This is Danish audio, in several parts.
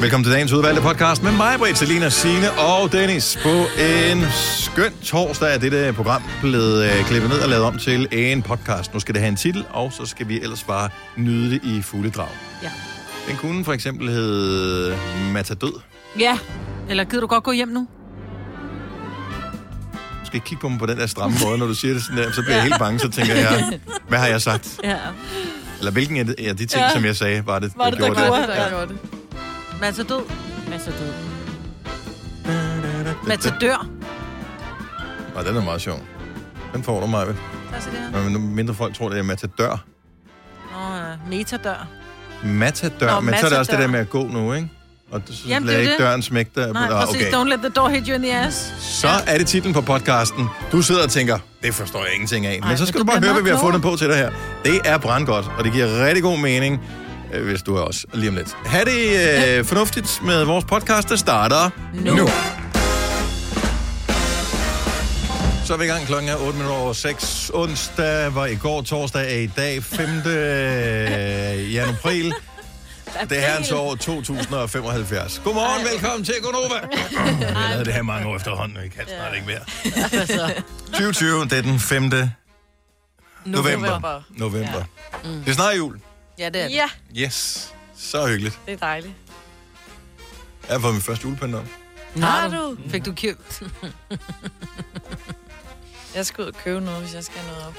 Velkommen til dagens udvalgte podcast med mig, Britt, Selina, Signe og Dennis. På en skøn torsdag er dette program blevet øh, klippet ned og lavet om til en podcast. Nu skal det have en titel, og så skal vi ellers bare nyde det i fulde drag. Ja. Den kunne for eksempel hedde Matadød. Ja. Eller gider du godt gå hjem nu? Du skal ikke kigge på mig på den der stramme måde, når du siger det sådan der, så bliver jeg helt bange, så tænker jeg, hvad har jeg sagt? Ja. Eller hvilken af de, af de ting, Ja. som jeg sagde, var det, Var det, der gjorde gjorde det? det? Der gjorde det. Masser død. Masser død. Matadør. Og den er meget sjov. Den får du mig ved. Tak skal du have. Men nu mindre folk tror, det er matadør. Nå, ja. Metadør. Matadør, Nå, men så er det også det matadør. der med at gå nu, ikke? Og du så Jamen, Jamen, det er lader jo ikke det. døren smække dig. Nej, Nå, præcis. Don't let the door hit you in the ass. Så er det titlen på podcasten. Du sidder og tænker, det forstår jeg ingenting af. men så men du skal du bare bliver høre, hvad meget vi har fundet på til dig her. Det er brandgodt, og det giver rigtig god mening, øh, hvis du er også lige om lidt. Ha' det øh, fornuftigt med vores podcast, der starter nu. Nu. nu. Så er vi i gang. Klokken er 8 minutter over 6. Onsdag var i går. Torsdag er i dag 5. januar. april. Det er herrens år 2075. Godmorgen, Ej. velkommen til Gonova. Jeg har lavet det her mange år efterhånden, og jeg kan snart ikke mere. 2020, det er den 5. november. November. november. Ja. Mm. Det er snart jul. Ja, det er det. Ja, Yes. Så hyggeligt. det er dejligt. Jeg har fået min første julepynt op. Har du? Fik du købt? Jeg skal ud og købe noget, hvis jeg skal have noget op.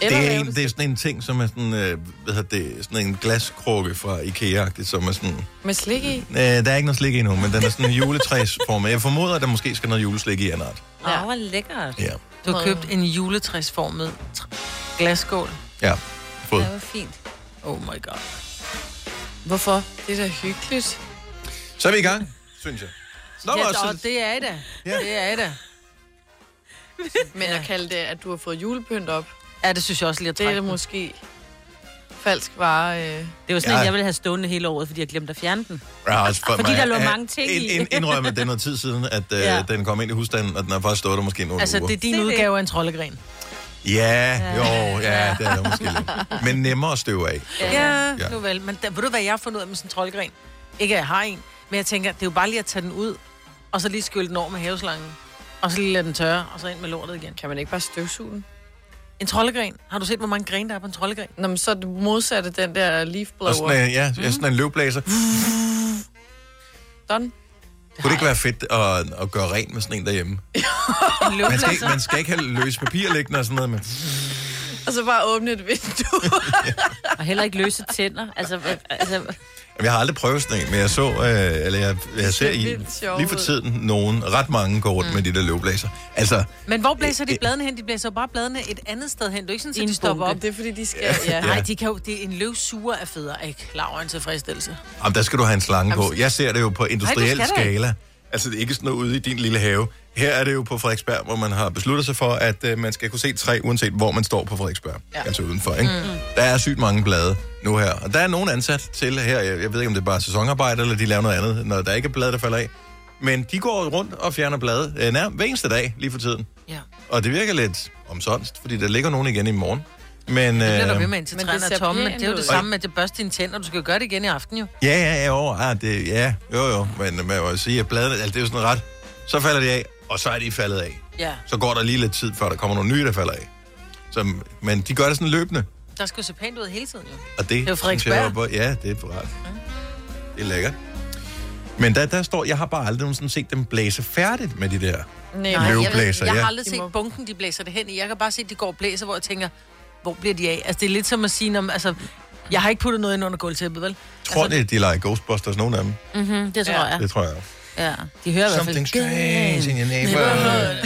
Eller Det er, lave en, det. det er sådan en ting, som er sådan, øh, hvad hedder det, sådan en glaskrukke fra ikea som er sådan... Med slik i. Øh, der er ikke noget slik endnu, men den er sådan en juletræsform. Jeg formoder, at der måske skal noget juleslik i en art. Ja. Åh, hvor lækkert. Ja. Du har købt en juletræsformet tr- glasskål. Ja. Fod. Det var fint. Oh my god. Hvorfor? Det er da hyggeligt. Så er vi i gang, synes jeg. Nå, Ja, også- og det er I da. Ja. Det er I da. Men at kalde det, at du har fået julepynt op, Ja, det synes jeg også lige at det er trække. da den. måske falsk vare. Øh. Det var sådan, ja. Ja. jeg ville have stående hele året, fordi jeg glemte at fjerne den. Ja, også for Fordi mig. der lå Ja, mange ting ind, i. ind, indrømme, det er noget tid siden, at øh, ja. Ja. den kom ind i husstanden, og den har faktisk stået der måske nogle Altså, uger. det er din Se det. udgave af en troldegren. Ja, jo, ja, det er der måske lidt. Men nemmere at støve af. Ja, Ja. ja. nu vel. Men der, ved du, hvad jeg har fundet ud af med sådan en troldgren? Ikke at jeg har en, men jeg tænker, det er jo bare lige at tage den ud, og så lige skylle den over med haveslangen, og så lige lade den tørre, og så ind med lortet igen. Kan man ikke bare støvsuge den? En troldegren. Har du set, hvor mange grene der er på en troldegren? Nå, men så er det modsatte den der leaf Og blower. Mm. sådan en, ja, ja, Mhm. sådan en løvblæser. Done. Kunne det ikke være fedt at, at gøre rent med sådan en derhjemme? En Man skal, ikke- løbepladser. man skal ikke have løs papir liggende og sådan noget, men Og så bare åbne et vindue. Og heller ikke løse tænder. Altså, øh, altså Jamen, Jeg har aldrig prøvet sådan en, men jeg så, øh, eller jeg, jeg ser i, vildt sjovt lige for ud. tiden nogen, ret mange går rundt mm. med de der løvblæser. Altså, Men hvor blæser de Øh, bladene hen? De blæser jo bare bladene et andet sted hen. Det er jo ikke sådan, I at en de stopper op. bunke. det er fordi, de skal... Ja. Nej, de kan jo, det er en løv suger af fædre. Er I klar over en tilfredsstillelse? Jamen, der skal du have en slange på. Jeg ser det jo på industriel Ej, det skal der skala. Altså, det er ikke sådan noget ude i din lille have. Her er det jo på Frederiksberg, hvor man har besluttet sig for, at øh, man skal kunne se træ, uanset hvor man står på Frederiksberg. Ja. Altså udenfor, ikke? Mm. Der er sygt mange blade nu her. Og der er nogen ansat til her. Jeg, jeg ved ikke, om det er bare sæsonarbejde, eller de laver noget andet, når der ikke er blade, der falder af. Men de går rundt og fjerner blade øh, nærmest hver eneste dag lige for tiden. Ja. Og det virker lidt omsonst, fordi der ligger nogen igen i morgen. Men, Det bliver øh, der ved med indtil Men det træerne er ser tomme, men pænt det er jo ud. det samme med, at det børste dine tænder. Du skal jo gøre det igen i aften jo. Ja, ja, ja, jo, ah, det, ja, jo, jo, men man må jo sige, at bladene, altså, det er jo sådan ret, så falder de af, og så er de faldet af. Ja. Så går der lige lidt tid, før der kommer nogle nye, der falder af. Så, men de gør det sådan løbende, Der skal jo se pænt ud hele tiden jo. og det, er jo synes jeg, Frederiksberg. var- Ja, det er rart. Det er lækkert. Men der, der står, jeg har bare aldrig nogensinde set dem blæse færdigt med de Nej, der. Nej, jeg, ved, Løvblæser, jeg ja. har aldrig set bunken, de blæser det hen i. Jeg kan bare se, at de går og blæser, hvor jeg tænker, hvor bliver de af? Altså, det er lidt som at sige, om, altså, jeg har ikke puttet noget ind under gulvtæppet, vel? mm-hmm, Tror altså, det, de leger Ghostbusters, nogle af dem? mm, det tror jeg. Det tror jeg. Ja. De hører i hvert fald. Something strange in your neighborhood.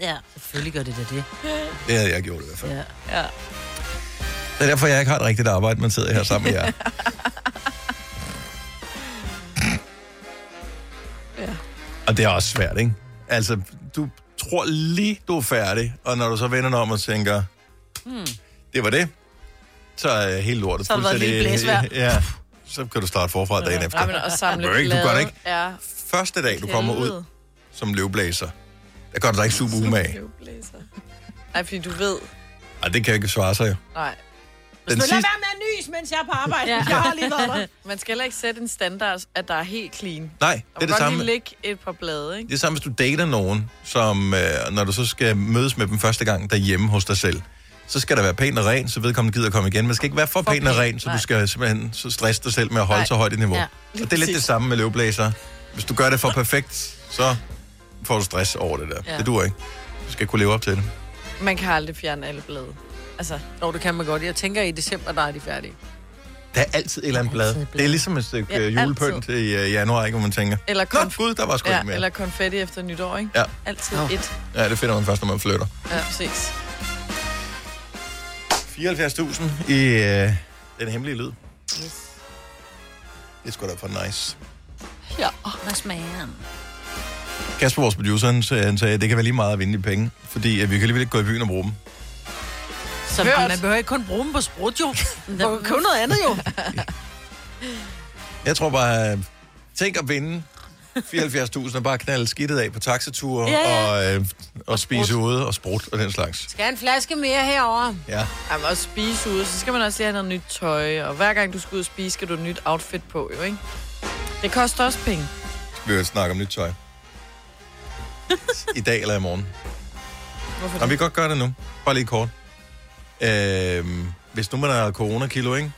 Ja, selvfølgelig gør det da det. Det havde jeg gjort i hvert fald. Ja. Ja. Det er derfor, jeg ikke har et rigtigt arbejde, men sidder her sammen med jer. Ja. Og det er også svært, ikke? Altså, du tror lige, du er færdig, og når du så vender dig om og tænker, hmm. det var det, så er hele lortet Så har det været et lille fuldstændig- Ja, så kan du starte forfra dagen efter. Ja, men og samle Må ikke, du gør blade. det ikke. Ja. Første dag, du kommer ud som løvblæser, der gør du dig ikke super umage. Løvblæser. Nej, fordi du ved... Ej, det kan jo ikke svare sig. jo. Nej. Den sidste, med at nys, mens jeg er på arbejde. Ja. Man skal heller ikke sætte en standard, at der er helt clean. Det nej, man det er kan det godt samme. lige lægge et par blade, Det ikke? er samme, hvis du dater nogen, som øh, når du så skal mødes med dem første gang derhjemme hos dig selv, så skal der være pæn og ren, så vedkommende gider at komme igen. Man skal ikke være for, pæn og pæn, ren, så nej. du skal simpelthen så stresse dig selv med at holde Nej. så højt et niveau. Ja, Ja, og det er lidt det samme med løvblæser. Hvis du gør det for perfekt, så får du stress over det der. Ja. Ja. Det duer ikke. Du skal kunne leve op til det. Man kan aldrig fjerne alle blade. Altså, Nå, det kan man godt. Jeg tænker, i december, der er de færdige. Der er altid et eller andet blad. Det er ligesom et stykke Ja, ja, julepynt i øh, januar, ikke, hvor man tænker, eller, Nå, konf- gud, der var sgu ja, ikke ja, mere. eller konfetti efter nytår, ikke? Ja. Altid Nå. et. Ja, det finder man først, når man flytter. Ja, præcis. 74.000 i øh, den hemmelige lyd. Det er sgu da for nice. Hvad smager den? Kasper, vores producer, han sagde, han sagde, at det kan være lige meget at vinde i penge, fordi at vi kan alligevel ikke gå i byen og bruge dem. Så Hørt. man behøver ikke kun bruge dem på sprut, jo. Man kan købe noget andet, jo. Jeg tror bare, øh, tænk at vinde 74.000 og bare knalde skidtet af på taxature ja, ja. og, øh, og spise ude og sprut og den slags. Skal jeg en flaske mere herover? Ja. Jamen, og spise ude, så skal man også lige have noget nyt tøj. Og hver gang du skal ud og spise, skal du et nyt outfit på, jo, ikke? Det koster også penge. Vi vil snakke om nyt tøj. I dag eller i morgen. Hvorfor Nå, vi kan godt gøre det nu. Bare lige kort. Øhm, hvis nu man har coronakilo, ikke?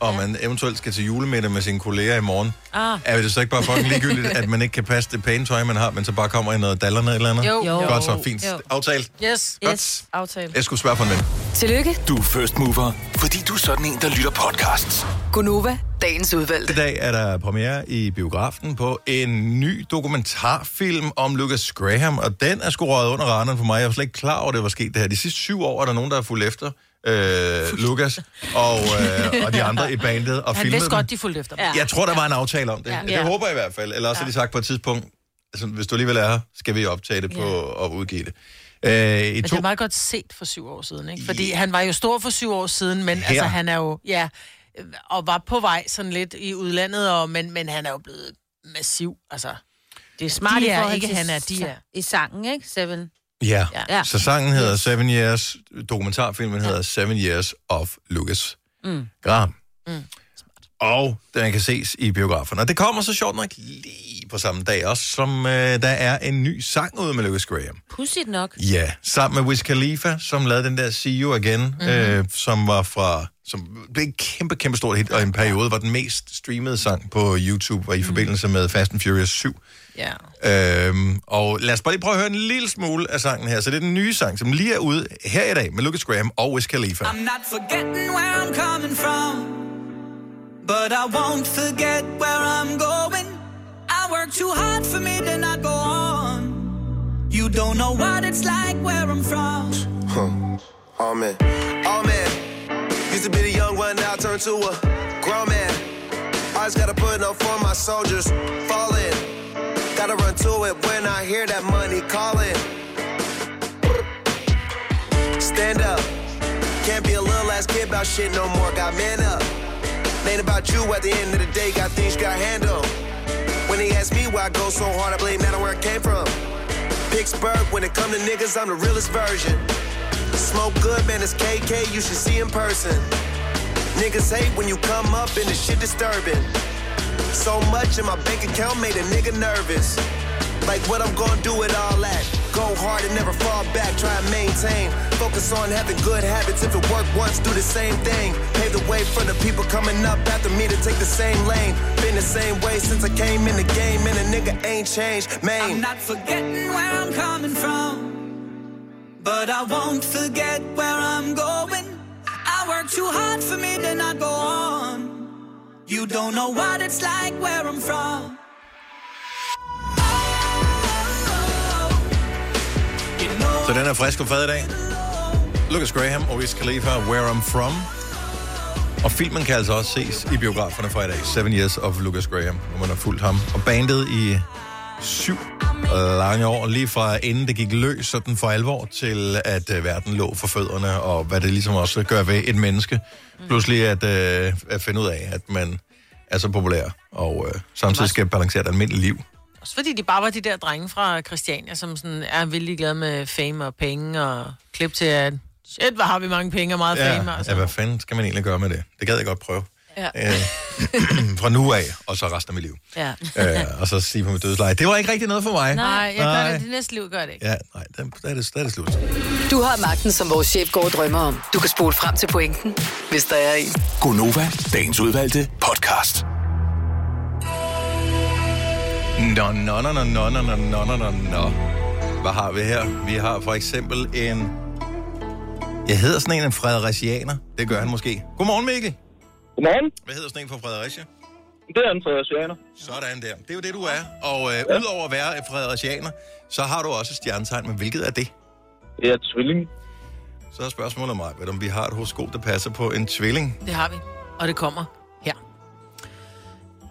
Og ja. man eventuelt skal til julemiddag med sine kolleger i morgen, Ah, er det så ikke bare fucking ligegyldigt, at man ikke kan passe det pæne tøj, man har, men så bare kommer i noget dallerne eller andet? Jo. Jo. Godt så, fint. Jo. Aftalt. Yes. Godt. Yes. Aftale. Jeg skulle spørge for en ven. Tillykke, Du er first mover, fordi du er sådan en, der lytter podcasts. Gunova, dagens udvalgte. I dag er der premiere i biografen på en ny dokumentarfilm om Lucas Graham, og den er sgu røget under radaren for mig. Jeg var slet ikke klar over, at det var sket det her. De sidste syv år er der nogen, der er fulgt efter øh, Lucas og, øh, og de andre i bandet og Han filmet vidste dem. godt, de fulgte efter. Ja. Jeg tror, der var en aftale om det. Ja. Ja. Det håber jeg i hvert fald. Eller også har de sagt på et tidspunkt, altså, hvis du alligevel er her, skal vi optage det på og udgive det. Øh, i Men to... det var meget godt set for syv år siden, ikke? Fordi han var jo stor for syv år siden, men Her. altså, han er jo... Ja, øh, og var på vej sådan lidt i udlandet, og, men, men han er jo blevet massiv, altså. det er smart De i er forhold ikke til han er, de er. I sangen, ikke? Seven. Ja. Ja. Så sangen hedder Seven Years, dokumentarfilmen hedder Seven Years of Lucas mm. Graham. Mm. Og den kan ses i biograferne. Og det kommer så sjovt nok lige på samme dag også, som øh, der er en ny sang ude med Lucas Graham. Pudsigt nok. Ja, sammen med Wiz Khalifa, som lavede den der See You Again, mm-hmm. øh, som var fra som blev et kæmpe, kæmpe stort hit, og i en periode var den mest streamede sang på YouTube, var i forbindelse med Fast and Furious 7. Ja. Øhm, og lad os bare lige prøve at høre en lille smule af sangen her. Så det er den nye sang, som lige er ude her i dag med Lucas Graham og Wiz Khalifa. I'm not forgetting where I'm coming from, but I won't forget where I'm going. I work too hard for me to not go on. You don't know what it's like where I'm from. Oh man, oh man. Used to be the young one, now I turned to a grown man. I just gotta put up for my soldiers, fall in. Gotta run to it when I hear that money calling. Stand up, can't be a little ass kid about shit no more. Got man up. Ain't about you at the end of the day, got things you gotta handle. When they ask me why I go so hard, I blame that on where I came from. Pittsburgh, when it come to niggas, I'm the realest version. Smoke good, man, it's KK, you should see in person. Niggas hate when you come up and the shit disturbing. So much in my bank account made a nigga nervous. Like what I'm gonna do with all that. Go hard and never fall back, try and maintain. Focus on having good habits. If it work once, do the same thing. Pave the way for the people coming up after me to take the same lane. Been the same way since I came in the game, and a nigga ain't changed, I'm man. not forgetting where I'm coming from, but I won't forget where I'm going. I work too hard for me to not go on. You don't know what it's like where I'm from. Så den er frisk og fad i dag. Lucas Graham og Wiz Khalifa, Where I'm From. Og filmen kan altså også ses i biograferne fra i dag. Seven Years of Lucas Graham, hvor man har fulgt ham. Og bandet i syv lange år, lige fra inden det gik løs sådan for alvor, til at øh, verden lå for fødderne, og hvad det ligesom også gør ved et menneske. Pludselig at, øh, at finde ud af, at man er så populær, og øh, samtidig skal balancere et almindeligt liv. Også fordi de bare var de der drenge fra Christiania, som sådan er vildt glade med fame og penge og klip til at Shit, hvor har vi mange penge og meget Ja, fame, altså. ja, hvad fanden skal man egentlig gøre med det? Det gad jeg godt prøve. Ja. Øh, fra nu af, og så resten af mit liv. Ja. Øh, og så sige på mit dødsleje, det var ikke rigtig noget for mig. Nej, jeg gør Nej. det. Det næste liv gør jeg det ikke. Ja, nej, der, der, er det, der er det slut. Du har magten, som vores chef går og drømmer om. Du kan spole frem til pointen, hvis der er en. Gonova, dagens udvalgte podcast. Nå, nå, nå, nå, nå, nå, nå, nå, nå, nå, nå. Hvad har vi her? Vi har for eksempel en... Jeg hedder sådan en en fredericianer. Det gør han måske. Godmorgen, Mikkel. Godmorgen. Hvad hedder sådan en fra Fredericia? Det er Andreas Janer. Sådan der. Det er jo det, du er. Og øh, udover at være fredericianer, så har du også et stjernetegn. Men hvilket er det? Det er tvilling. Så er spørgsmålet mig, om vi har et horoskop, der passer på en tvilling. Det har vi. Og det kommer her.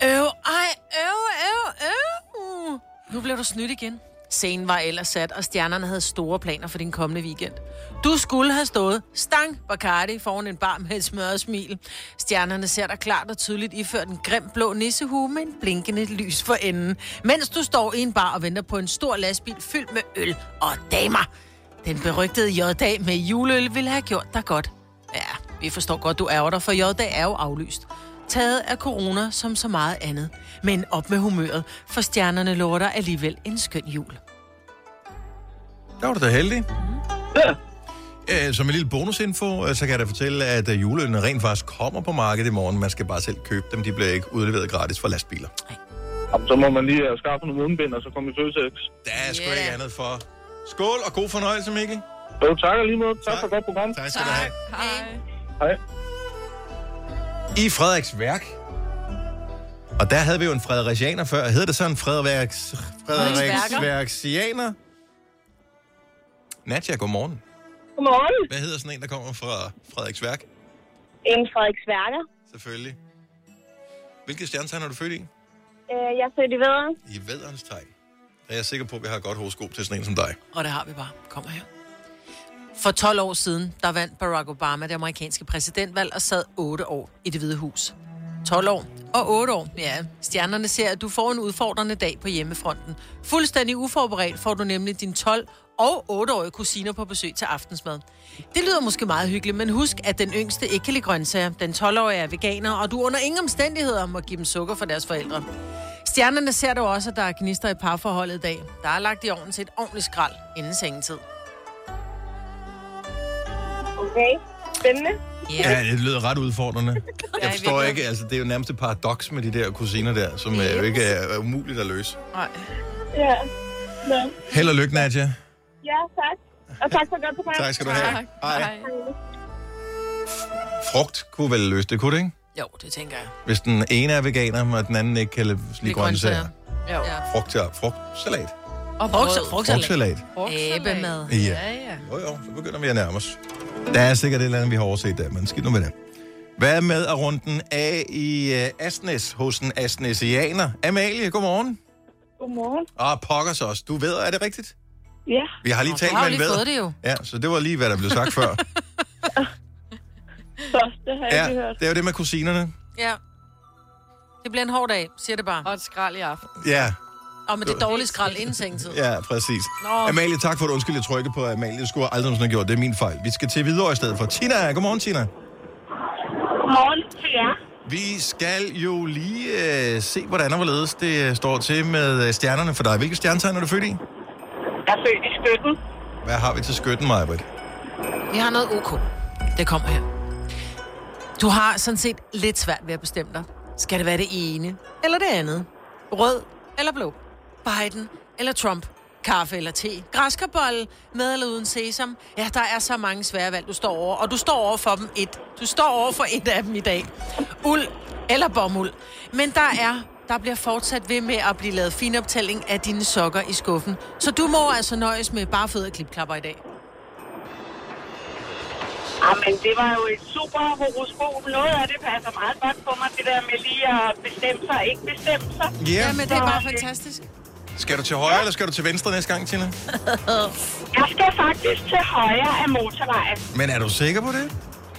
Øv, ej, øv, øv, øv. Nu blev du snydt igen. Scenen var ellers sat, og stjernerne havde store planer for din kommende weekend. Du skulle have stået stang Bacardi foran en bar med et smørret smil. Stjernerne ser dig klart og tydeligt iført en grim blå nissehue med en blinkende lys for enden, mens du står i en bar og venter på en stor lastbil fyldt med øl og damer. Den berygtede J-dag med juleøl ville have gjort dig godt. Ja, vi forstår godt, du ærger dig, for J-dag er jo aflyst. Taget af corona som så meget andet. Men op med humøret, for stjernerne lover dig alligevel en skøn jul. Der var du da heldig. Ja. Som en lille bonusinfo, øh, så kan jeg da fortælle, at øh, juleølene rent faktisk kommer på markedet i morgen. Man skal bare selv købe dem. De bliver ikke udleveret gratis fra lastbiler. Jamen, så må man lige øh, skaffe nogle mundbind, og så komme i Føtex. Der er sgu ikke andet for. Skål og god fornøjelse, Mikkel. Jo, tak og lige måde. Tak, for et godt program. Tak skal du have. Hej. Hej. I Frederiks værk. Og der havde vi jo en fredericianer før. Hedder det så en Frederiks... Frederiksværksianer? Nadja, godmorgen. Godmorgen. Hvad hedder sådan en, der kommer fra Frederiks værk? En Frederiks Værker. Selvfølgelig. Hvilket stjernetegn er du født i? Øh, jeg er født i Vedre. I vederens tegn. Der er jeg sikker på, at vi har et godt horoskop til sådan en som dig. Og det har vi bare. Kommer her. For 12 år siden, der vandt Barack Obama det amerikanske præsidentvalg og sad 8 år i det hvide hus. 12 år og 8 år, ja. Stjernerne ser, at du får en udfordrende dag på hjemmefronten. Fuldstændig uforberedt får du nemlig din 12 og 8-årige kusiner på besøg til aftensmad. Det lyder måske meget hyggeligt, men husk, at den yngste ikke kan lide grøntsager. Den 12-årige er veganer, og du under ingen omstændigheder må give dem sukker for deres forældre. Stjernerne ser du også, at der er gnister i parforholdet i dag. Der er lagt i ovnen til et ordentligt skrald inden sengetid. Okay. Spændende. Ja, det lyder ret udfordrende. Jeg forstår ikke, altså det er jo nærmest et paradoks med de der kusiner der, som øh, jo ikke er er umuligt at løse. Nej. Ja. Nå. Held og lykke, Nadja. Ja, tak. Og tak for et godt program. Tak skal du have. Hej. Hej. Frugt kunne vel løse det, kunne det ikke? Jo, det tænker jeg. Hvis den ene er veganer, og den anden ikke kan lide grøntsager. Jo. Ja. Frugt, ja. Frugtsalat. Og Frugt, brød. frugt, frugt, Frugtsalat. Æblemad. Ja. Ja, ja. Jo, jo, så begynder vi at nærme os. Der er sikkert et eller andet, vi har overset der, men skidt nu med det. Hvad med at runde den af i øh, Asnes hos en asnesianer? Amalie, godmorgen. Godmorgen. Og pokkers også. Du ved, er det rigtigt? Ja. Vi har lige Nå, talt du har med jo en lige ved. fået det jo. Ja, så det var lige, hvad der blev sagt før. Så, det har jeg Ja, ikke hørt. det er jo det med kusinerne. Ja. Det bliver en hård dag, siger det bare. Og et skrald i aften. Ja, Og med det dårlige skrald inden sengetid. ja, præcis. Amalie, tak for at undskylde, jeg trykkede på Amalie. Det skulle jeg aldrig have gjort. Det er min fejl. Vi skal til videre i stedet for. Tina, godmorgen, Tina. Godmorgen til jer. Vi skal jo lige øh, se, hvordan og hvorledes det øh, står til med øh, stjernerne for dig. Hvilke stjernetegn er du født i? Jeg er født i Støtten. Hvad har vi til skytten, Majbrit? Vi har noget OK. Det kommer her. Du har sådan set lidt svært ved at bestemme dig. Skal det være det ene eller det andet? Rød eller blå? Biden eller Trump? Kaffe eller te? Græskarbolle med eller uden sesam? Ja, der er så mange svære valg, du står over. Og du står over for dem et. Du står over for et af dem i dag. Uld eller bomuld. Men der er der bliver fortsat ved med at blive lavet finoptælling af dine sokker i skuffen. Så du må altså nøjes med bare fødder og klipklapper i dag. Jamen, det var jo et super horoskop. Noget af det passer meget godt på mig, det der med lige at bestemme sig og ikke bestemme sig. Ja. Jamen, det er bare fantastisk. Skal du til højre, eller skal du til venstre næste gang, Tina? Jeg skal faktisk til højre af motorvejen. Men er du sikker på det?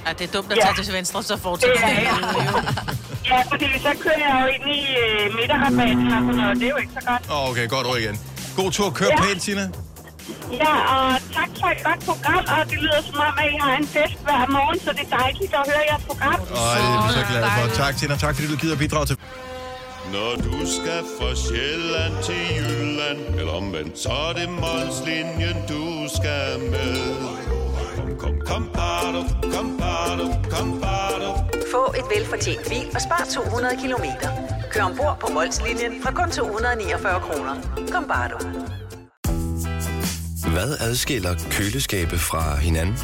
Ja, det er dumt at Ja. tage til venstre, så fortsætter Ja, det. ja. Ja, fordi så kører jeg jo ind i øh, midterrabatten og sådan noget. Det er jo ikke så godt. Åh, Okay, godt ord igen. God tur. Kør Ja. pænt, Tina. Ja, og tak for et godt program, og det lyder som om, at I har en fest hver morgen, så det er dejligt at høre jeres program. Og det er vi så glade for. Tak, Tina. Tak, fordi du gider bidrage til... Når du skal fra Sjælland til Jylland, eller omvendt, så er det Molslinjen, du skal med. Kom, kom, kom, bado, kom, bado, kom, bado. Få et velfortjent bil og spar 200 kilometer. Kør ombord på Molslinjen fra kun 249 kroner. Kom bare du. Hvad adskiller køleskabe fra hinanden?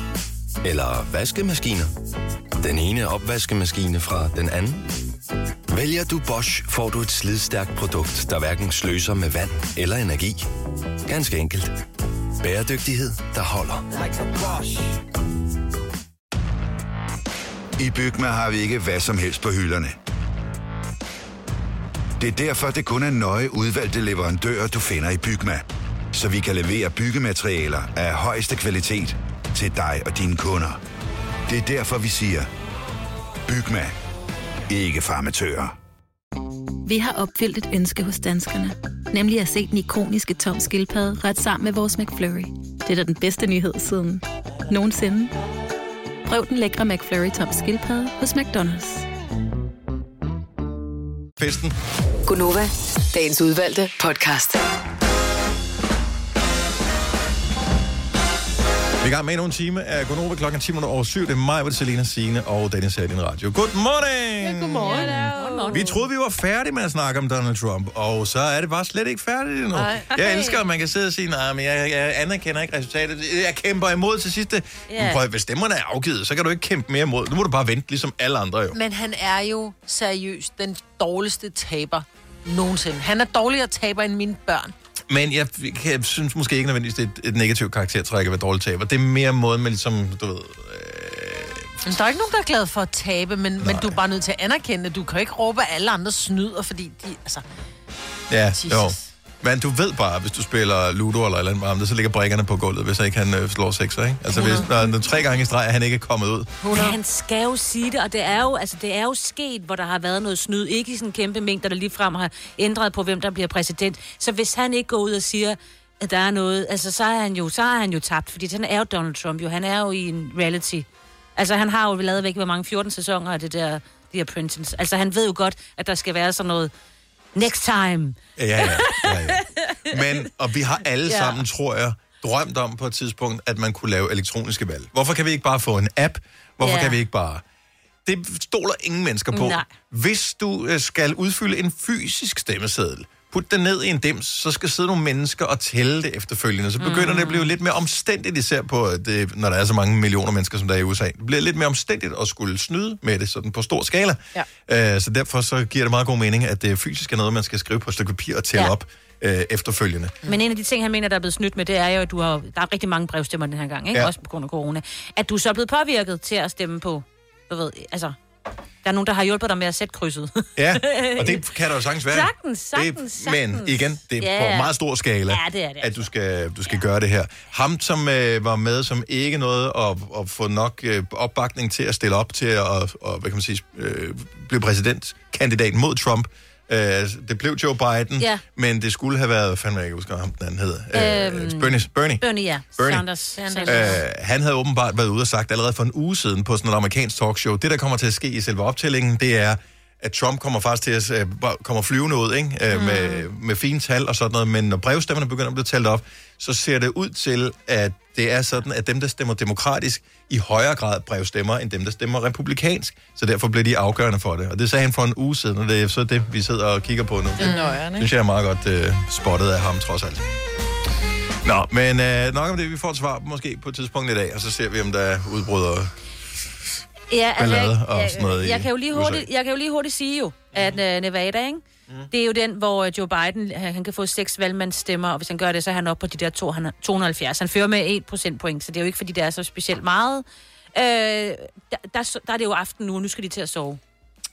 Eller vaskemaskiner? Den ene opvaskemaskine fra den anden? Vælger du Bosch, får du et slidstærkt produkt, der hverken sløser med vand eller energi. Ganske enkelt. Bæredygtighed, der holder. I Bygma har vi ikke hvad som helst på hylderne. Det er derfor, det kun er nøje udvalgte leverandører, du finder i Bygma. Så vi kan levere byggematerialer af højeste kvalitet til dig og dine kunder. Det er derfor, vi siger, Bygma. Ikke farmatører. Vi har opfyldt et ønske hos danskerne. Nemlig at se den ikoniske tom skildpadde ret sammen med vores McFlurry. Det er da den bedste nyhed siden nogensinde. Prøv den lækre McFlurry tom skildpadde hos McDonald's. Festen. Gunova, dagens udvalgte podcast. Vi er i gang med endnu en time af Gonova klokken 10 minutter over 7. Det er mig, Britt, Selina, Signe og Dennis her i din radio. Good morning! Godmorgen. Vi troede, vi var færdige med at snakke om Donald Trump, og så er det bare slet ikke færdigt endnu. Nej. Jeg elsker, at man kan sidde og sige, nej, men jeg, jeg anerkender ikke resultatet. Jeg kæmper imod til sidste. Ja. Yeah. Prøv, at- hvis stemmerne er afgivet, så kan du ikke kæmpe mere imod. Nu må du bare vente, ligesom alle andre jo. Men han er jo seriøst den dårligste taber nogensinde. Han er dårligere taber end mine børn. Men jeg, kan- jeg synes måske ikke nødvendigvis, det er et, et negativt karaktertræk at være dårlig taber. Det er mere måden, man ligesom, du ved... Men der er ikke nogen, der er glad for at tabe, men, men du er bare nødt til at anerkende, at du kan ikke råbe, at alle andre snyder, fordi de... Altså, Ja, Jesus. jo. Men du ved bare, hvis du spiller Ludo eller et eller andet med ham, så ligger brækkerne på gulvet, hvis ikke han øh, slår sekser, ikke? Altså, hvis, når, når tre gange i streg, er han ikke er kommet ud. Men han skal jo sige det, og det er jo, altså, det er jo sket, hvor der har været noget snyd. Ikke i sådan kæmpe mængder, der ligefrem har ændret på, hvem der bliver præsident. Så hvis han ikke går ud og siger, at der er noget, altså, så er han jo, så er han jo tabt, fordi han er jo Donald Trump jo. Han er jo i en reality. Altså, han har jo lavet væk, hvor mange 14 sæsoner af det der The Apprentice. Altså, han ved jo godt, at der skal være sådan noget next time. Ja, ja, ja, ja. Men, og vi har alle Ja. ja. sammen, tror jeg, drømt om på et tidspunkt, at man kunne lave elektroniske valg. Hvorfor kan vi ikke bare få en app? Hvorfor Ja. ja. kan vi ikke bare... Det stoler ingen mennesker på. Nej. Hvis du øh, skal udfylde en fysisk stemmeseddel, put den ned i en dims, så skal sidde nogle mennesker og tælle det efterfølgende. Så begynder mm. det at blive lidt mere omstændigt, især på, øh, det, når der er så mange millioner mennesker, som der er i USA. Det bliver lidt mere omstændigt at skulle snyde med det sådan på stor skala. Ja. Øh, så derfor så giver det meget god mening, at det fysisk er noget, man skal skrive på et stykke papir og tælle Ja. ja. op øh, efterfølgende. Men en af de ting, han mener, der er blevet snydt med, det er jo, at du har, der er rigtig mange brevstemmer den her gang, ikke? Ja. Ja. også på grund af corona, at du så er blevet påvirket til at stemme på, du ved, altså, der er nogen, der har hjulpet dig med at sætte krydset. Ja, og det kan der jo sagtens være. Sagtens, sagtens, det, Men sagtens. igen, det er Ja. yeah. på meget stor skala, Ja, det altså. er det at du skal, du skal gøre det her. Ham, som øh, var med, som ikke nåede at, at få nok øh, opbakning til at stille op til at og, hvad kan man sige, øh, blive præsidentkandidat mod Trump, øh, det blev Joe Biden, Ja. men det skulle have været, hvad fanden jeg ikke husker, ham den anden hed. Øh, Øhm, Bernie, Bernie. Bernie, ja. Bernie. Sanders. Sanders. Øh, han havde åbenbart været ude og sagt allerede for en uge siden på sådan et amerikansk talkshow, det der kommer til at ske i selve optællingen, det er, at Trump kommer faktisk til at øh, bare kommer flyvende ud ikke? Øh, med, med fine tal og sådan noget, men når brevstemmerne begynder at blive talt op, så ser det ud til, at det er sådan, at dem, der stemmer demokratisk, i højere grad brevstemmer, end dem, der stemmer republikansk. Så derfor bliver de afgørende for det. Og det sagde han for en uge siden, og det er så det, vi sidder og kigger på nu. Det er nøjeren, Synes ikke? jeg er meget godt øh, spottet af ham, trods alt. Nå, men øh, nok om det. Vi får et svar måske på et tidspunkt i dag, og så ser vi, om der udbryder... Ja, altså, Ballade jeg, og jeg, sådan noget i jeg, kan jo lige USA. hurtigt, jeg kan jo lige hurtigt sige jo, at øh, Nevada, ikke? Mm. Det er jo den, hvor øh, Joe Biden, øh, han kan få seks valgmandsstemmer, og hvis han gør det, så er han oppe på de der to, han, er- 270. Han fører med 1 procentpoint, så det er jo ikke, fordi det er så specielt meget. Øh, der, der, så- der er det jo aften nu, og nu skal de til at sove.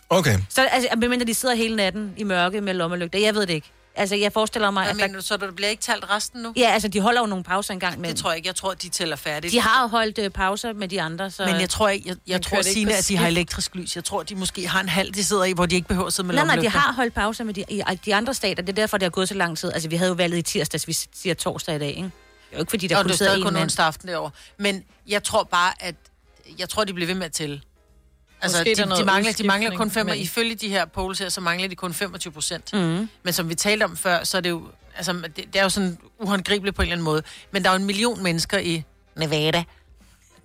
Okay. Så altså, medmindre de sidder hele natten i mørke med lommelygter, jeg ved det ikke. Altså, jeg forestiller mig, Hvad at mener du så, der bliver ikke talt resten nu? Ja, altså, de holder jo nogle pauser engang imellem. Det tror jeg ikke. Jeg tror, de tæller færdigt. De har jo holdt øh, pauser med de andre, så... Men jeg tror ikke, jeg, Man jeg kører tror det ikke Signe, på at de har skift. elektrisk lys. Jeg tror, de måske har en halv, de sidder i, hvor de ikke behøver at sidde med Nej, nej, de lommelygter. har holdt pauser med de, i, de andre stater. Det er derfor, det har gået så lang tid. Altså, vi havde jo valget i tirsdags, vi siger torsdag i dag, ikke? Det er jo ikke, fordi der Og kun det er sidder stadig en kun mand. onsdag aften derovre. Men jeg tror bare, at... Jeg tror, de bliver ved med at tælle. Altså, Måske de, der er noget de, mangler, de mangler kun udskiftning, 5, men- ifølge de her polls her, så mangler de kun 25 procent. Mhm. Men som vi talte om før, så er det jo, altså, det, det er jo sådan uhåndgribeligt på en eller anden måde. Men der er jo en million mennesker i Nevada,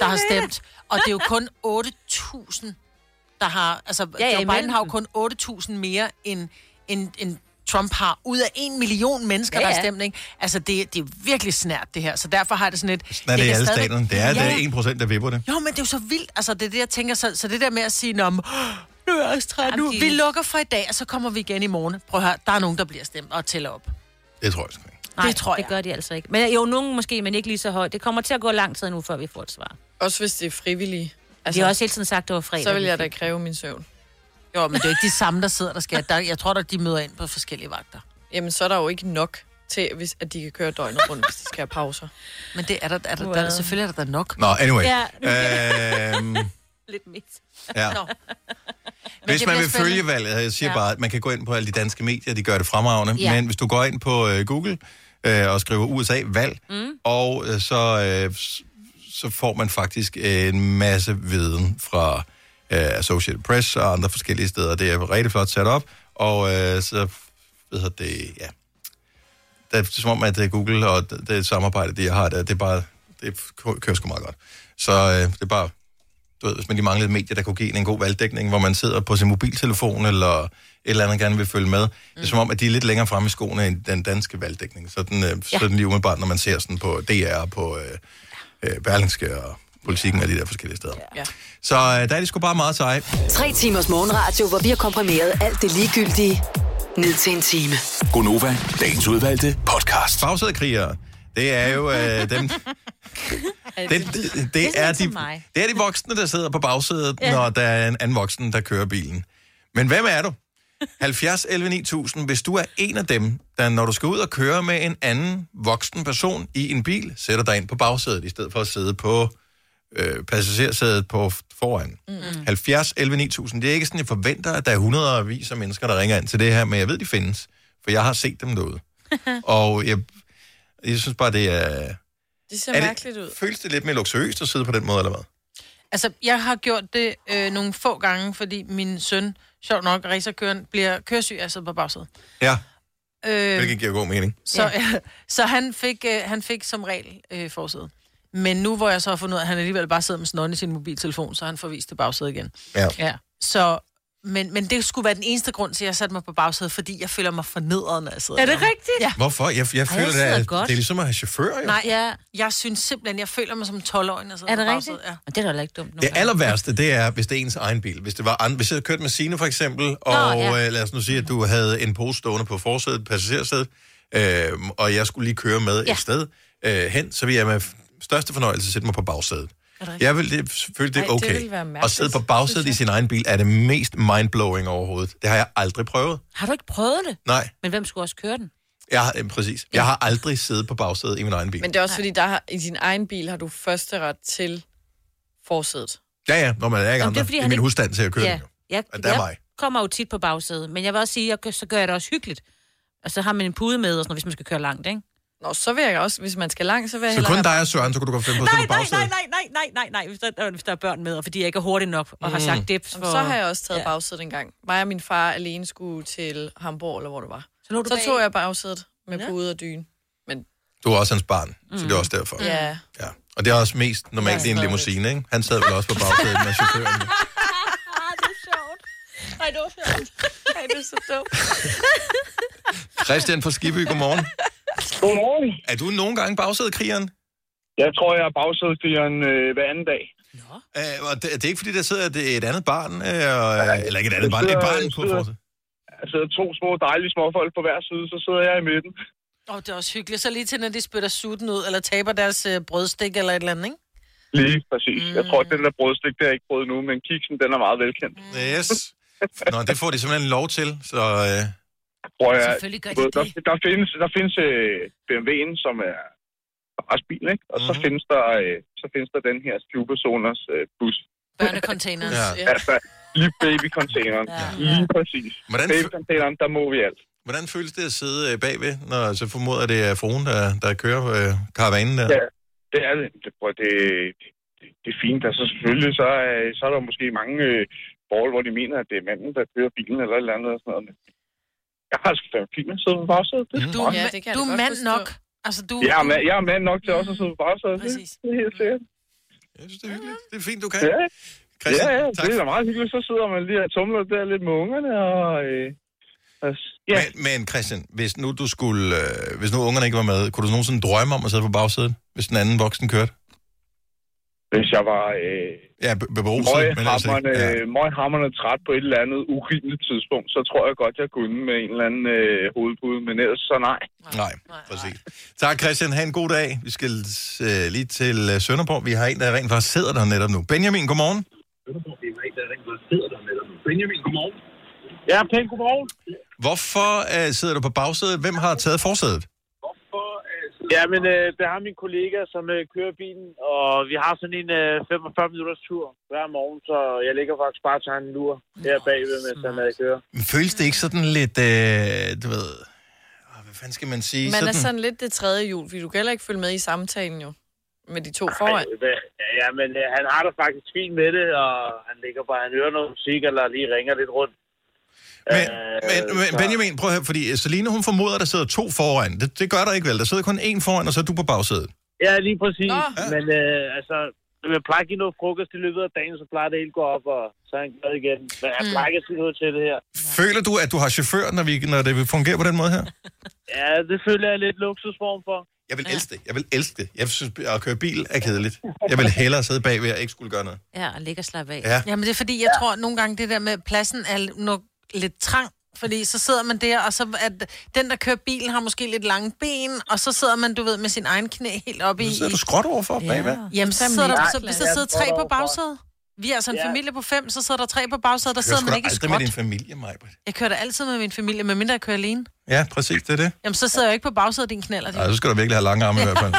der har stemt. Og det er jo kun 8.000, der har... Altså, Ja, ja, ja, Joe Biden imellem har jo kun 8.000 mere end, end, end Trump har. Ud af en million mennesker, Ja, ja, ja. der ja. har stemt, ikke? Altså, det, det er virkelig snært, det her. Så derfor har det sådan et... Sådan er det i kan alle stadigvæk- staterne. Det er, Ja, ja. ja. det er 1%, der vipper det. Jo, men det er jo så vildt. Altså, det er det, jeg tænker. Så, så det der med at sige, Nå, men, "Åh, nu er jeg også træt nu. de- Vi lukker for i dag, og så kommer vi igen i morgen. Prøv at høre, der er nogen, der bliver stemt og tæller op. Det tror jeg sgu ikke. Nej, det tror det jeg. gør de altså ikke. Men jo, nogen måske, men ikke lige så højt. Det kommer til at gå lang tid nu, før vi får et svar. Også hvis det er frivillige. Altså, de har også hele tiden sagt, det var fredag. så vil jeg vi da fik. kræve min søvn. Jo, men det er jo ikke de samme, der sidder der skal. Der, jeg tror da, de møder ind på forskellige vagter. Jamen, så er der jo ikke nok til, hvis, at de kan køre døgnet rundt, hvis de skal have pauser. Men det er der, er der, der, selvfølgelig er der, der nok. Nå, anyway. Ja. Øhm, Lidt mest. Ja. Nå. hvis det man bliver spændende. vil følge valget, jeg siger Ja. ja. bare, at man kan gå ind på alle de danske medier, de gør det fremragende, Ja. ja. men hvis du går ind på øh, Google øh, og skriver USA-valg, Mm. mm. og øh, så, øh, s- så får man faktisk øh, en masse viden fra øh, Associated Press og andre forskellige steder. Det er rigtig flot sat op, og øh, så ved jeg det, ja. Det er som om, at øh, Google og det, det samarbejde, de har, det, det er bare, det kø- kører sgu meget godt. Så øh, det er bare du ved, hvis man lige manglede et medie, der kunne give en, en god valgdækning, hvor man sidder på sin mobiltelefon eller et eller andet gerne vil følge med. Det er som om, at de er lidt længere fremme i skoene end den danske valgdækning. Sådan, øh, Ja. ja. sådan lige umiddelbart, når man ser sådan på DR og på øh, øh, Berlingske og politikken og de der forskellige steder. Ja. Så øh, der er de sgu bare meget seje. Tre timers morgenradio, hvor vi har komprimeret alt det ligegyldige ned til en time. Gonova, dagens udvalgte podcast. Bagsædekrigere, det er jo øh, dem... Det, det, det, er de, det er de voksne, der sidder på bagsædet, Ja. ja. når der er en anden voksen, der kører bilen. Men hvem er du? 70 11 9000, hvis du er en af dem, der når du skal ud og køre med en anden voksen person i en bil, sætter dig ind på bagsædet, i stedet for at sidde på øh, passagersædet på f- foran. Mm. 70 11 9000, det er ikke sådan, jeg forventer, at der er hundredvis af mennesker, der ringer ind til det her, men jeg ved, de findes, for jeg har set dem derude. og jeg, jeg synes bare, det er... Det ser er mærkeligt ud. Føles det lidt mere luksuriøst at sidde på den måde, eller hvad? Altså, jeg har gjort det øh, nogle få gange, fordi min søn, sjov nok, racerkøren, bliver køresyg af at sidde på bagsædet. Ja, Øh, hvilket giver god mening. Så, ja. så han, fik, øh, han fik som regel øh, forsædet. Men nu hvor jeg så har fundet ud af, at han alligevel bare sidder med snøren i sin mobiltelefon, så er han får vist til bagsædet igen. Ja. ja. Så, men, men det skulle være den eneste grund til, at jeg satte mig på bagsædet, fordi jeg føler mig fornedret, når jeg sidder Er det der. rigtigt? Ja. Hvorfor? Jeg, jeg Ej, føler, jeg det sidder er, godt. det er ligesom at have chauffør, jo. Nej, ja. jeg synes simpelthen, jeg føler mig som 12-årig, når jeg sidder Er det på rigtigt? bagsædet. Ja. Og det er da heller ikke dumt. Det aller værste, det er, hvis det er ens egen bil. Hvis, det var andre, hvis jeg havde kørt med Signe for eksempel, og ja. ja. øh, lad os nu sige, at du havde en pose stående på forsædet, passagersædet, øh, og jeg skulle lige køre med ja. et sted øh, hen, så ville jeg med f- største fornøjelse sætte mig på bagsædet. Jeg vil det, selvfølgelig, det Ej, er det okay. ville være at sidde på bagsædet i sin egen bil er det mest mindblowing overhovedet. Det har jeg aldrig prøvet. Har du ikke prøvet det? Nej, Men hvem skulle også køre den? jeg har, øh, præcis. Jeg har aldrig siddet på bagsædet i min egen bil. Men det er også fordi, der har, i din egen bil har du første ret til forsædet. Ja, ja, når man er ikke Jamen, det andre. er, fordi Det er han min ikke- husstand til at køre ja. den, jo. Ja, Og der er jeg vej. kommer jo tit på bagsædet, men jeg vil også sige, at jeg, så gør jeg det også hyggeligt. Og så har man en pude med, og sådan, noget, hvis man skal køre langt, ikke? Nå, så vil jeg også, hvis man skal langt, så vil jeg Så kun hellere... dig og Søren, så kunne du godt finde på at sidde på Nej, bagsædet. nej, nej, nej, nej, nej, nej, hvis der, hvis der er børn med, og fordi jeg ikke er hurtig nok og har Mm. sagt dips for... Jamen, Så har jeg også taget ja. bagsædet en gang. Mig og min far alene skulle til Hamburg, eller hvor det var. Så, lå du så bag- tog jeg bagsædet med ja. pude og dyne. Men Du er også hans barn, mm. så det er også derfor. ja, Og det er også mest normalt Ja. i en limousine, ikke? Han sad vel også på bagsædet med chaufføren. Ej, det var sjovt. Ej, det er så dumt. Christian fra Skibby, godmorgen. Godmorgen. Er du nogle gange bagsædekrigeren? Jeg tror, jeg er bagsædekrigeren øh, hver anden dag. Øh, og det, det er ikke fordi, der sidder et, et andet barn, øh, og, eller ikke et andet barn, et barn på forsædet. Jeg sidder to små dejlige småfolk på hver side, så sidder jeg i midten. Og det er også hyggeligt. Så lige til, når de spytter sutten ud, eller taber deres øh, brødstik eller et eller andet, ikke? Lige præcis. Mm. Jeg tror ikke, den der brødstik, det har jeg ikke prøvet nu, men kiksen, den er meget velkendt. Yes. Nå, det får de simpelthen lov til, så... Øh, Tror jeg, Selvfølgelig gør de der, der findes, der findes øh, BMW'en, som er fars bil, ikke? Og mm. så, Mhm. findes der, øh, så findes der den her 20-personers øh, bus. Børnecontaineren. Altså, lige babycontaineren. Ja. Lige præcis. Hvordan Babycontaineren, der må vi alt. Hvordan føles det at sidde øh, bagved, når så formoder det er fruen, der, der kører øh, karavanen der? Ja, det er det. Det, prøv, det, det, det er fint. Altså selvfølgelig, så er, så er der måske mange øh, borgere, hvor de mener, at det er manden, der kører bilen eller et eller andet. Og sådan noget. Men jeg har det sgu da fint med at sidde på bagsædet. Det er Du, sgu godt. ja, det kan du er mand nok. Altså, du, Jeg er, du- mand, jeg er mand nok til også at sidde på bagsædet. Det, det er helt sikkert. Jeg synes, det er hyggeligt. Det er fint, du kan. Ja, Christian, ja, ja tak. det er da meget hyggeligt. Så sidder man lige og tumler der lidt med ungerne. Og, øh, Ja. Men, men Christian, hvis nu du skulle, øh, hvis nu ungerne ikke var med, kunne du nogensinde drømme om at sidde på bagsædet, hvis den anden voksen kørte? Hvis jeg var... Øh, ja, be- beruset, men altså ikke- møghammerne, ja. ja. møghammerne træt på et eller andet urimeligt tidspunkt, så tror jeg godt, jeg kunne med en eller anden øh, hovedpude. Men ellers så nej. Nej, præcis. Tak Christian, ha' en god dag. Vi skal øh, lige til øh, Sønderborg. Vi har en, der rent faktisk sidder der netop nu. Benjamin, godmorgen. Benjamin, godmorgen. Ja, pænt godmorgen. Hvorfor øh, sidder du på bagsædet? Hvem har taget forsædet? Ja, men øh, det har min kollega, som øh, kører bilen, og vi har sådan en øh, 45 minutters tur hver morgen, så jeg ligger faktisk bare og tager en lur her bagved, mens han øh, kører. Føles det ikke sådan lidt, øh, du ved... åh, Hvad fanden skal man sige? Man er sådan lidt det tredje hjul, fordi du kan heller ikke følge med i samtalen jo. Med de to foran. Ej, hvad- ja, ja, men øh, han har det faktisk fint med det, og han ligger bare, han hører noget musik, eller lige ringer lidt rundt. Men, men, men Benjamin, prøv at høre, fordi øh, Celine, hun formoder, der sidder to foran. Det, det gør der ikke vel? Der sidder kun én foran, og så er du på bagsædet. Ja, lige præcis. Men øh, altså, jeg plejer at give noget frokost i løbet af dagen, så plejer det hele at gå op, og så er han glad igen. Men han plejer ikke at sige noget til det her. Føler du, at du har chauffør, når, vi, når det fungerer på den måde her? Ja, det føler jeg er lidt luksusform for. Jeg vil elske det. Jeg vil elske det. Jeg synes, at køre bil er kedeligt. Jeg vil hellere sidde bagved og ikke skulle gøre noget. Ja, og ligge og slappe af. Ja. Jamen, det er fordi, jeg tror nogle gange, det der med pladsen er nok lidt trang. Fordi så sidder man der, og så at den, der kører bilen, har måske lidt lange ben, og så sidder man, du ved, med sin egen knæ helt oppe i... Så sidder du skråt overfor ja. bagved. Jamen, så sidder der, så, hvis der sidder tre på overfor. bagsædet. Vi er altså en Ja. ja. familie på fem, så sidder der tre på bagsædet, der sidder man ikke i aldrig med skråt. din familie, Majbert. Jeg kører da altid med min familie, medmindre jeg kører alene. Ja, præcis, det er det. Jamen, så sidder jeg jo ikke på bagsædet af din knaller. Ej, så skal du virkelig have lange arme i hvert fald.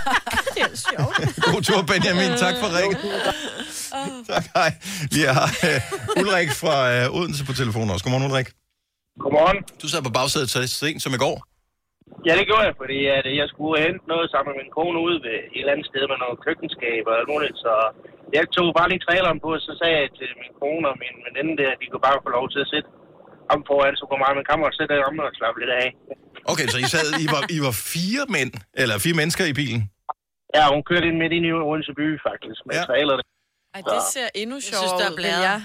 det er sjovt. God tur, Benjamin. Tak for ringen. tak, hej. Vi har uh, Ulrik fra uh, Odense på telefonen også. Godmorgen, Ulrik. Godmorgen. Du sad på bagsædet så sent som i går. Ja, det gjorde jeg, fordi at jeg skulle hente noget sammen med min kone ude ved et eller andet sted med noget køkkenskab og alt muligt, så jeg tog bare lige traileren på, og så sagde jeg til min kone og min veninde der, at de kunne bare få lov til at sætte om foran, så kunne mig og min kammerat sætte om og slappe lidt af. Okay, så I, sad, I, var, I var fire mænd, eller fire mennesker i bilen. Ja, hun kørte ind midt ind i Odense by, faktisk, med ja. trailerne. Ej, det ser endnu synes, sjovere der er ud, vil blæret. jeg.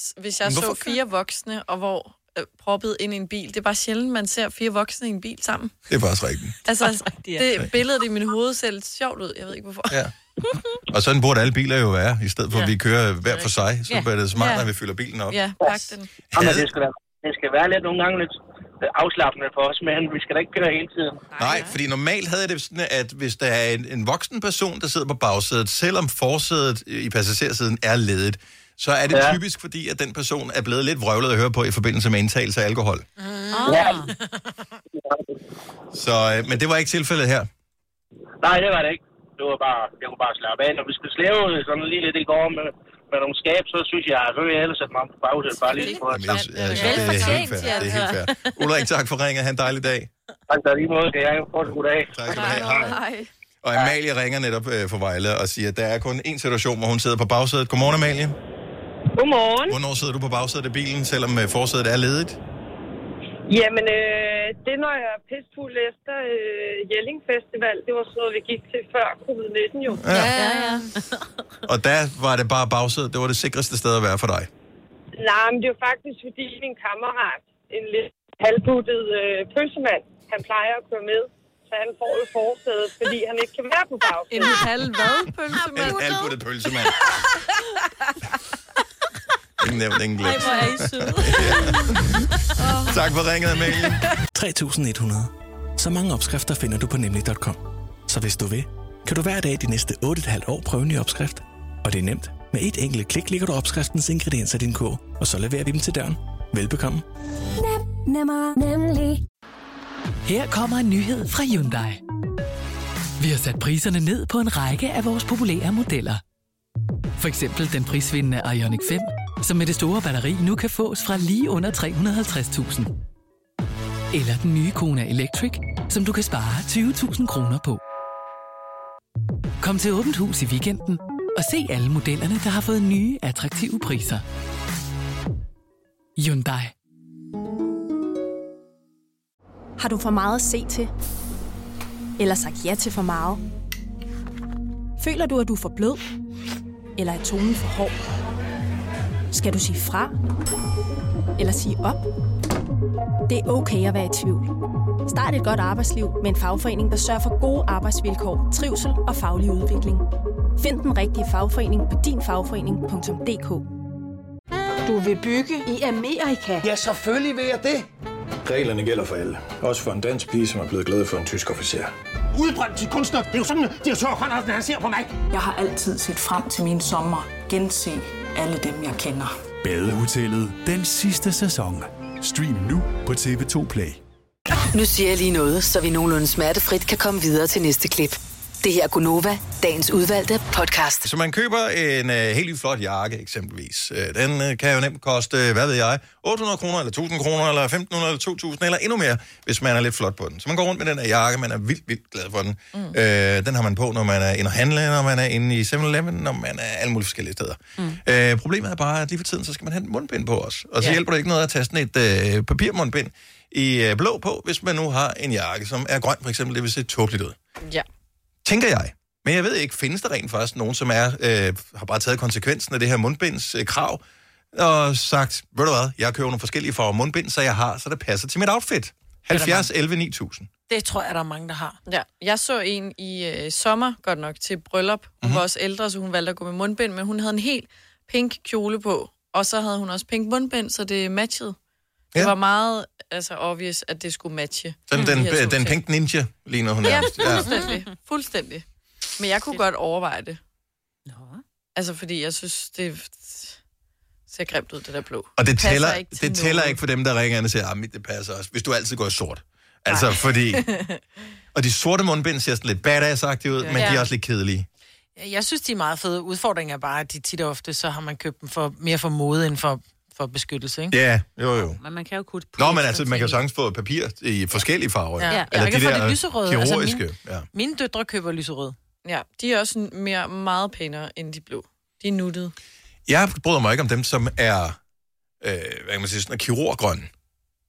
s- Hvis jeg Men så hvorfor fire voksne, og hvor øh, proppet ind i en bil. Det er bare sjældent, man ser fire voksne i en bil sammen. Det er faktisk rigtigt. Altså, det billedet i min hoved ser lidt sjovt ud. Jeg ved ikke, hvorfor. Ja. Og sådan burde alle biler jo være, i stedet for at vi kører hver for sig. Så Ja. bliver det smart, Ja. at vi fylder bilen op. Ja, pak den. Jamen, det skal, være, det skal være lidt nogle gange lidt afslappende for os, men vi skal da ikke køre hele tiden. Nej, fordi normalt havde jeg det sådan, at hvis der er en, en voksen person, der sidder på bagsædet, selvom forsædet øh, i passagersiden er ledet, så er det ja. Ja. typisk fordi, at den person er blevet lidt vrøvlet at høre på i forbindelse med indtagelse af alkohol. Ah. Ja. Så, øh, men det var ikke tilfældet her. Nej, det var det ikke. Det var bare, jeg kunne bare slappe af. Når vi skulle slæve øh, sådan lige lidt i går med, med nogle skab, så synes jeg, at jeg hellere sætte mig om på bagsædet, bare lige for at Jeg slappe. synes, jeg synes, det er helt fair. Det er helt fair. Ulrik, tak for ringen. Ha' en dejlig dag. Tak, der er lige måde. Det er jo for en god dag. Tak skal du have. Hej. Og Amalie ringer netop øh, for Vejle og siger, at der er kun én situation, hvor hun sidder på bagsædet. Godmorgen, Amalie. Godmorgen. Hvornår sidder du på bagsædet af bilen, selvom øh, forsædet er ledigt? Jamen, øh, det er, når jeg er pissfuld efter øh, Jelling Festival. Det var sådan noget, vi gik til før covid-19 jo. Ja. ja, ja. Og der var det bare bagsædet. Det var det sikreste sted at være for dig. Nej, men det var faktisk fordi min kammerat, en lidt halvbuttet øh, pølsemand, han plejer at køre med. Så han får jo forsædet, fordi han ikke kan være på bagsædet. En halv hvad, pølsemand? En albuttet pølsemand. Ingen nævnt, ingen Ej, glemt. hvor er I søde. tak for ringet, Amalie. 3100. Så mange opskrifter finder du på nemlig.com. Så hvis du vil, kan du hver dag de næste 8,5 år prøve en ny opskrift. Og det er nemt. Med et enkelt klik ligger du opskriftens ingredienser i din kog, og så leverer vi dem til døren. Velbekomme. Nem, nemmer, nemlig. Her kommer en nyhed fra Hyundai. Vi har sat priserne ned på en række af vores populære modeller. For eksempel den prisvindende Ioniq 5, som med det store batteri nu kan fås fra lige under 350.000. Eller den nye Kona Electric, som du kan spare 20.000 kroner på. Kom til Åbent Hus i weekenden og se alle modellerne, der har fået nye, attraktive priser. Hyundai. Har du for meget at se til? Eller sagt ja til for meget? Føler du, at du er for blød? Eller er tonen for hård? Skal du sige fra? Eller sige op? Det er okay at være i tvivl. Start et godt arbejdsliv med en fagforening, der sørger for gode arbejdsvilkår, trivsel og faglig udvikling. Find den rigtige fagforening på dinfagforening.dk Du vil bygge i Amerika? Ja, selvfølgelig vil jeg det. Reglerne gælder for alle. Også for en dansk pige, som er blevet glad for en tysk officer. Udbrændt til kunstner. Det er jo sådan, at de har tørt, han ser på mig. Jeg har altid set frem til min sommer. Gense alle dem, jeg kender. Badehotellet den sidste sæson. Stream nu på TV2 Play. Nu siger jeg lige noget, så vi nogenlunde smertefrit kan komme videre til næste klip. Det her er Gunova, dagens udvalgte podcast. Så man køber en øh, helt ny flot jakke eksempelvis. Øh, den øh, kan jo nemt koste, øh, hvad ved jeg, 800 kroner, eller 1000 kroner, eller 1500, eller 2000, eller endnu mere, hvis man er lidt flot på den. Så man går rundt med den her jakke, man er vildt, vildt glad for den. Mm. Øh, den har man på, når man er inde og handle, når man er inde i 7-Eleven, når man er alle mulige forskellige steder. Mm. Øh, problemet er bare, at lige for tiden, så skal man have en mundbind på os. Og så Ja. ja. hjælper det ikke noget at tage sådan et øh, papirmundbind i øh, blå på, hvis man nu har en jakke, som er grøn for eksempel. Det vil se tåbeligt ud Ja. tænker jeg. Men jeg ved ikke, findes der rent faktisk nogen, som er, øh, har bare taget konsekvensen af det her mundbinds øh, krav, og sagt, ved du hvad, jeg køber nogle forskellige farver mundbind, så jeg har, så det passer til mit outfit. 70, 11, 9000. Det tror jeg, der er mange, der har. Ja, jeg så en i øh, sommer, godt nok, til bryllup. Hun Mhm. mm-hmm. var også ældre, så hun valgte at gå med mundbind, men hun havde en helt pink kjole på, og så havde hun også pink mundbind, så det matchede. Ja. Det var meget altså, obvious, at det skulle matche. Mm. Sådan den, øh, de her to den, den ting. pink ninja ligner hun Ja, nærmest. fuldstændig. Fuldstændig. Men jeg kunne godt overveje det. Nå. Altså, fordi jeg synes, det ser grimt ud, det der blå. Og det passer tæller, ikke til det tæller noget. ikke for dem, der ringer ind og siger, at det passer også, hvis du altid går i sort. Altså, fordi... Og de sorte mundbind ser sådan lidt badass ud, Ja. men de er Ja. også lidt kedelige. Jeg synes, de er meget fede. Udfordringen er bare, at de tit og ofte, så har man købt dem for, mere for mode end for, for beskyttelse, ikke? Ja, jo jo. Men man kan jo kutte Nå, men altså, man kan jo sagtens få papir i forskellige farver. Ja. Ja. Eller Man de kan få der det lyserøde, altså min- kirurgiske. ja. Mine døtre køber lyserød. Ja, de er også mere, meget pænere end de blå. De er nuttede. Jeg bryder mig ikke om dem, som er, øh, hvad kan man sige, sådan er kirurggrønne.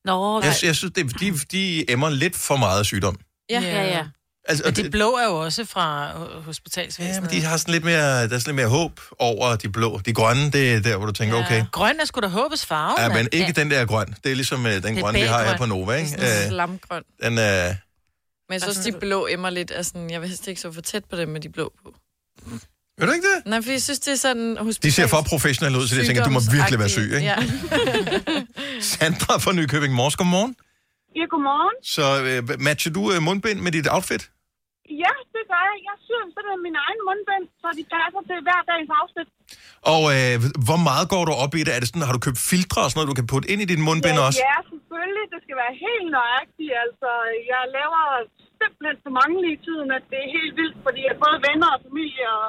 Nå, Jeg, jeg synes, det, de, de emmer lidt for meget sygdom. Ja, ja, ja. Altså, Altså, og men de det- blå er jo også fra øh, Ja, hospitalsvæsenet. men de har sådan lidt mere, der er sådan lidt mere håb over de blå. De grønne, det er der, hvor du tænker, ja. okay. Grøn er sgu da håbes farve. Ja, men mand. ikke den der grøn. Det er ligesom øh, den er grønne, vi har her baggrøn. på Nova, Det er ikke? Sådan Øh, Slamgrøn. den, øh, Men jeg synes også, de blå emmer lidt af sådan, jeg vil helst ikke så for tæt på dem med de blå på. Vil du ikke det? Nej, for jeg synes, det er sådan... de ser for professionelle ud, så jeg tænker, du må virkelig være syg, ikke? Ja. Sandra fra Nykøbing Mors, godmorgen. Ja, godmorgen. Så øh, matcher du øh, mundbind med dit outfit? Ja, det gør jeg. Jeg syr simpelthen min egen mundbind, så de passer til hver dagens afsnit. Og øh, hvor meget går du op i det? Er det sådan, har du købt filtre og sådan noget, du kan putte ind i din mundbind også? Ja, selvfølgelig. Det skal være helt nøjagtigt. Altså, jeg laver simpelthen så mange lige i tiden, at det er helt vildt, fordi jeg både venner og familie, og,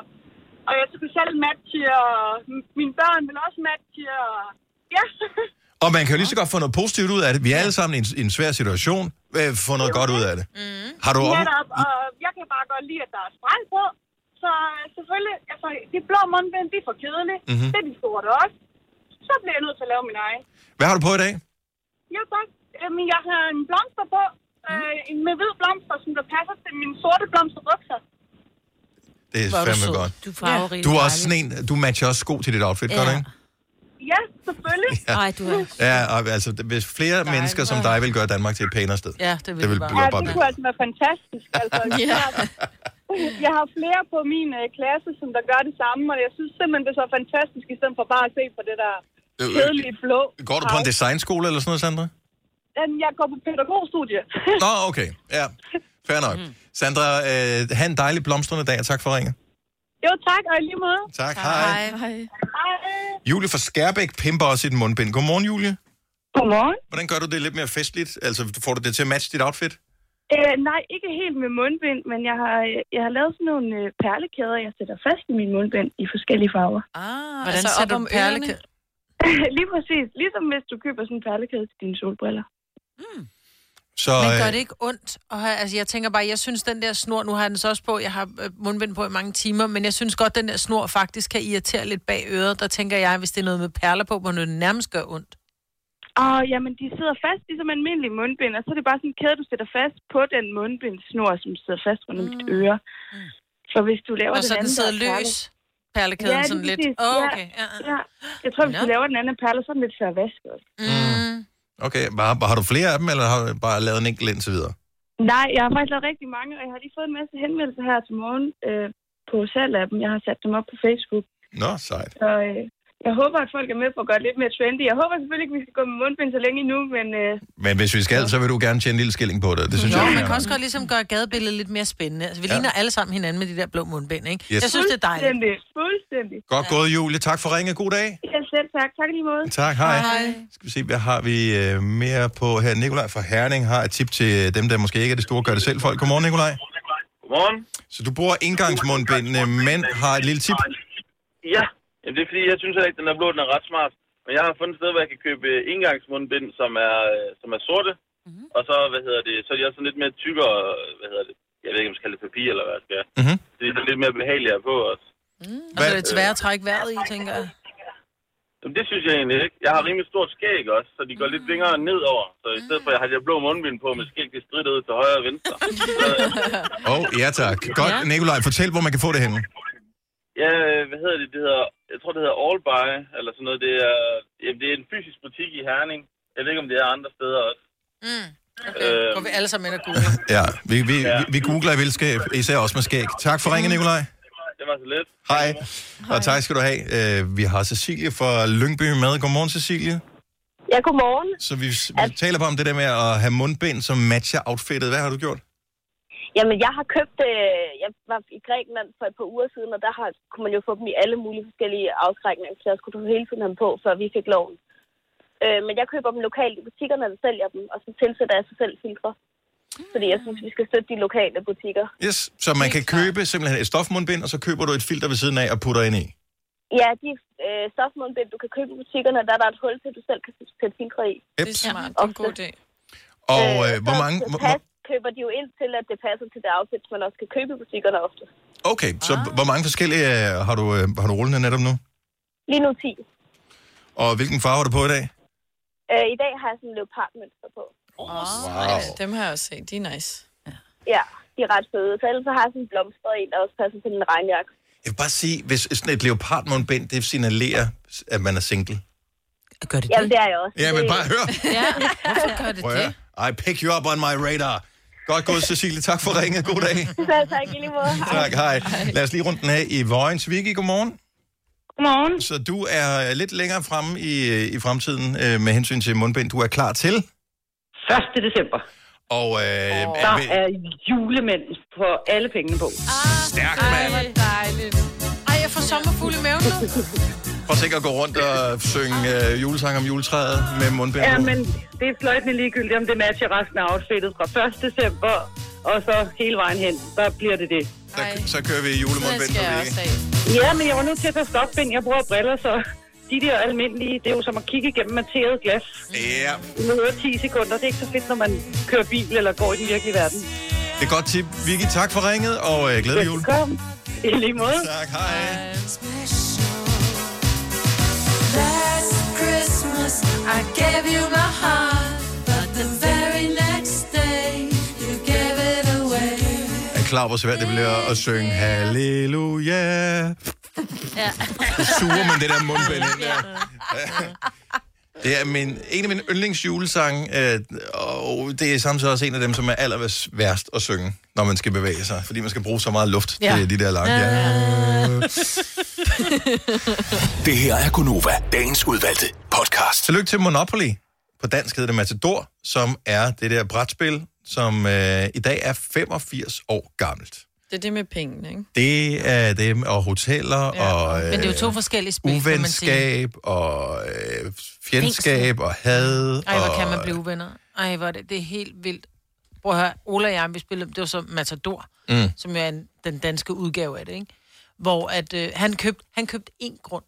og jeg skal selv matche, og m- mine børn vil også matche, og ja. Og man kan jo lige så godt få noget positivt ud af det. Vi er alle sammen i en, i en svær situation. Øh, få noget godt ud af det. Mm. Har du op... Netop, og jeg kan bare godt lide, at der er spræng på. Så selvfølgelig, altså, de blå mundbind, de er for kedelige. Mhm. Mm-hmm. Det er de sorte også. Så bliver jeg nødt til at lave min egen. Hvad har du på i dag? Jo, tak. Øhm, jeg har en blomster på. Øh, en med hvid blomster, som der passer til mine sorte blomsterbukser. Det er Hvor er du fandme sød. godt. Du er Du er også sådan en, du matcher også sko til dit outfit, ja. gør du ikke? Ja, selvfølgelig. Ja. Ej, du er... Ja, og altså, hvis flere dig, mennesker som dig vil gøre Danmark til et pænere sted. Ja, det vil Det vil bare. Ja, bare det blive- kunne altså være fantastisk. Altså, jeg, har, jeg har flere på min øh, klasse, som der gør det samme, og jeg synes simpelthen, det er så fantastisk, i stedet for bare at se på det der Øh, øh, kedelige blå. Går du på en designskole eller sådan noget, Sandra? Jamen, Jeg går på pædagogstudie. Nå, okay. Ja, fair nok. Mhm. Sandra, øh, have en dejlig blomstrende dag, og tak for ringet. Jo, tak, og i lige måde. Tak, hej. Hej. Hej. Julie fra Skærbæk pimper også et mundbind. Godmorgen, Julie. Godmorgen. Hvordan gør du det lidt mere festligt? Altså, får du det til at matche dit outfit? Øh, nej, ikke helt med mundbind, men jeg har, øh, jeg har lavet sådan nogle øh, perlekæder, jeg sætter fast i min mundbind i forskellige farver. Ah, Hvordan altså sætter op om du perlekæ- ørerne? Lige præcis. Ligesom hvis du køber sådan en perlekæde til dine solbriller. Så, Hmm. Men gør øh, det ikke ondt? Og have, altså, jeg tænker bare, jeg synes, den der snor, nu har jeg den så også på, jeg har øh, mundbind på i mange timer, men jeg synes godt, den der snor faktisk kan irritere lidt bag øret. Der tænker jeg, hvis det er noget med perler på, hvor det nærmest gør ondt. Og jamen, de sidder fast ligesom almindelige mundbind, og så er det bare sådan en kæde, du sætter fast på den mundbindsnor, som sidder fast rundt om dit øre. Så hvis du laver Ah. Hmm. Og så den anden, sidder der er perle- løs, perlekæden lige sådan lidt. præcis. Åh, okay. Ja, ja. Jeg tror, hvis du laver den anden af perler, så er den lidt svær at vaske også. Okay, har, har du flere af dem, eller har du bare lavet en enkelt indtil videre? Nej, jeg har faktisk lavet rigtig mange, og jeg har lige fået en masse henvendelser her til morgen øh, på salg af dem. Jeg har sat dem op på Facebook. Nå, sejt. Så øh, jeg håber, at folk er med på at gøre det lidt mere trendy. Jeg håber selvfølgelig ikke, at vi skal gå med mundbind så længe endnu, men øh, Men hvis vi skal, så vil du gerne tjene en lille skilling på det. Det synes Jo, jeg, man jeg kan også godt ligesom gøre gadebilledet lidt mere spændende. Altså, vi Ja. ligner alle sammen hinanden med de der blå mundbind, ikke? Yes. Jeg synes, det er dejligt. fuldstændig, fuldstændig. Godt gået, Julie. Tak for ringe. God dag. Ja, selv tak. Tak i lige måde. Tak, hej. Skal vi se, hvad har vi øh, mere på her? Nikolaj fra Herning har et tip til øh, dem, der måske ikke er det store gør-det-selv-folk. Godmorgen, Nikolaj. Godmorgen. Så du bruger indgangsmundbindene, men har et lille tip? Ja, Jamen, det er fordi, jeg synes heller ikke, den er blå, den er ret smart. Men jeg har fundet et sted, hvor jeg kan købe øh, engangsmundbind, som er, øh, som er sorte. Mm-hmm. Og så, hvad hedder det, så er de også sådan lidt mere tykkere, øh, hvad hedder det, jeg ved ikke, om jeg skal kalde det papir eller hvad det skal. Mm-hmm. Det er sådan lidt mere behageligere på os. Og så er det svært at trække vejret i, tænker jeg. Jamen, det synes jeg egentlig ikke. Jeg har rimelig stort skæg også, så de går lidt længere nedover. Så i stedet for, at jeg har de her blå mundbind på med skæg, det strider ud til højre og venstre. Åh, oh, ja tak. Godt, Nikolaj. Fortæl, hvor man kan få det henne. Ja, øh, hvad hedder det? Det hedder, jeg tror, det hedder All By, eller sådan noget. Det er, jamen, det er en fysisk butik i Herning. Jeg ved ikke, om det er andre steder også. Mm. Øh, Går vi alle sammen ind og googler. Ja, vi, vi, vi, vi googler i vildskab, især også med skæg. Tak for ringe, Nikolaj. det var så lidt. Hej. Og tak skal du have. Øh, vi har Cecilie fra Lyngby med. Godmorgen, Cecilie. Ja, godmorgen. Så vi, vi taler bare om det der med at have mundbind, som matcher outfittet. Hvad har du gjort? Jamen, jeg har købt... Øh, jeg var i Grækenland for et par uger siden, og der har, kunne man jo få dem i alle mulige forskellige afskrækninger, så jeg skulle du hele tiden have dem på, før vi fik loven. Øh, men jeg køber dem lokalt i butikkerne, der sælger dem, og så tilsætter jeg så selv filtre. Fordi jeg synes, vi skal støtte de lokale butikker. Yes, så man kan købe simpelthen et stofmundbind, og så køber du et filter ved siden af og putter ind i. Ja, de øh, stofmundbind, du kan købe i butikkerne, der er der et hul til, du selv kan sætte filtre i. Det er smart. Det er en god idé. Og øh, hvor mange... Så Hvor, pas, hvor- køber de jo ind til, at det passer til det outfit, man også kan købe i butikkerne ofte. okay, så Ah. hvor mange forskellige øh, har du, øh, har du rullende netop nu? Lige nu 10. Og hvilken farve har du på i dag? Øh, I dag har jeg sådan en leopardmønster på. Wow. Ja, dem har jeg også set. De er nice. Ja, de er ret fede. Så ellers så har jeg sådan en blomstret en, der også passer til en regnjakke. Jeg vil bare sige, hvis sådan et leopardmundbind, det signalerer, at man er single. Gør det Jamen, det er jeg også. Ja, men bare hør. ja, hvorfor gør Prøv at høre. I pick you up on my radar. Godt gået, Cecilie. Tak for ringet. God dag. Så tak i lige måde. Tak, hej. Lad os lige rundt den af i Vojens. Vicky, godmorgen. Godmorgen. Så du er lidt længere fremme i, i fremtiden øh, med hensyn til mundbind. Du er klar til? 1. december. Og øh, Og er der vi- er julemænd på alle pengene på. Stærk, Ah, Ej, hvor dejligt. Ej, jeg får sommerfugle i maven nu. prøv at tænke at gå rundt og synge øh, julesang om juletræet med mundbind. Ja, på. men det er fløjtende ligegyldigt, om det matcher resten af outfittet fra 1. december og så hele vejen hen. Der bliver det det. Så, så kører vi julemundbind for Vicky. Ja, men jeg var nødt til at tage stofbind. Jeg bruger briller, så de der almindelige, det er jo som at kigge igennem materet glas. Ja, Du hører 10 sekunder. Det er ikke så fedt, når man kører bil eller går i den virkelige verden. det er godt tip. Vicky, tak for ringet, og øh, glædelig jul. Velkommen. I lige måde. Tak, hej. Last Christmas, I gave you my heart, but the very next day, you gave it away. Jeg er klar, hvor svært det bliver at synge halleluja. Ja. suger man det der mundbind ind der. Det er min, en af mine yndlingsjulesange, øh, og det er samtidig også en af dem, som er aller værst at synge, når man skal bevæge sig, fordi man skal bruge så meget luft ja. Ja. til de der lange. Ja. Det her er Gunova, dagens udvalgte podcast. Tillykke til Monopoly. På dansk hedder det Matador, som er det der brætspil, som øh, i dag er 85 år gammelt. Det er det med pengene, ikke? Det er dem, og hoteller, ja. og... Øh, Men det er jo to forskellige spil, kan man sige. Uvenskab, og øh, fjendskab, og had, Ej, hvor og... kan man blive uvenner. Ej, hvor er det, det er helt vildt. Prøv at høre, Ola og jeg, vi spillede, det var så Matador, Mm. mm. som jo er en, den danske udgave af det, ikke? Hvor at, øh, han købte han købte én grund.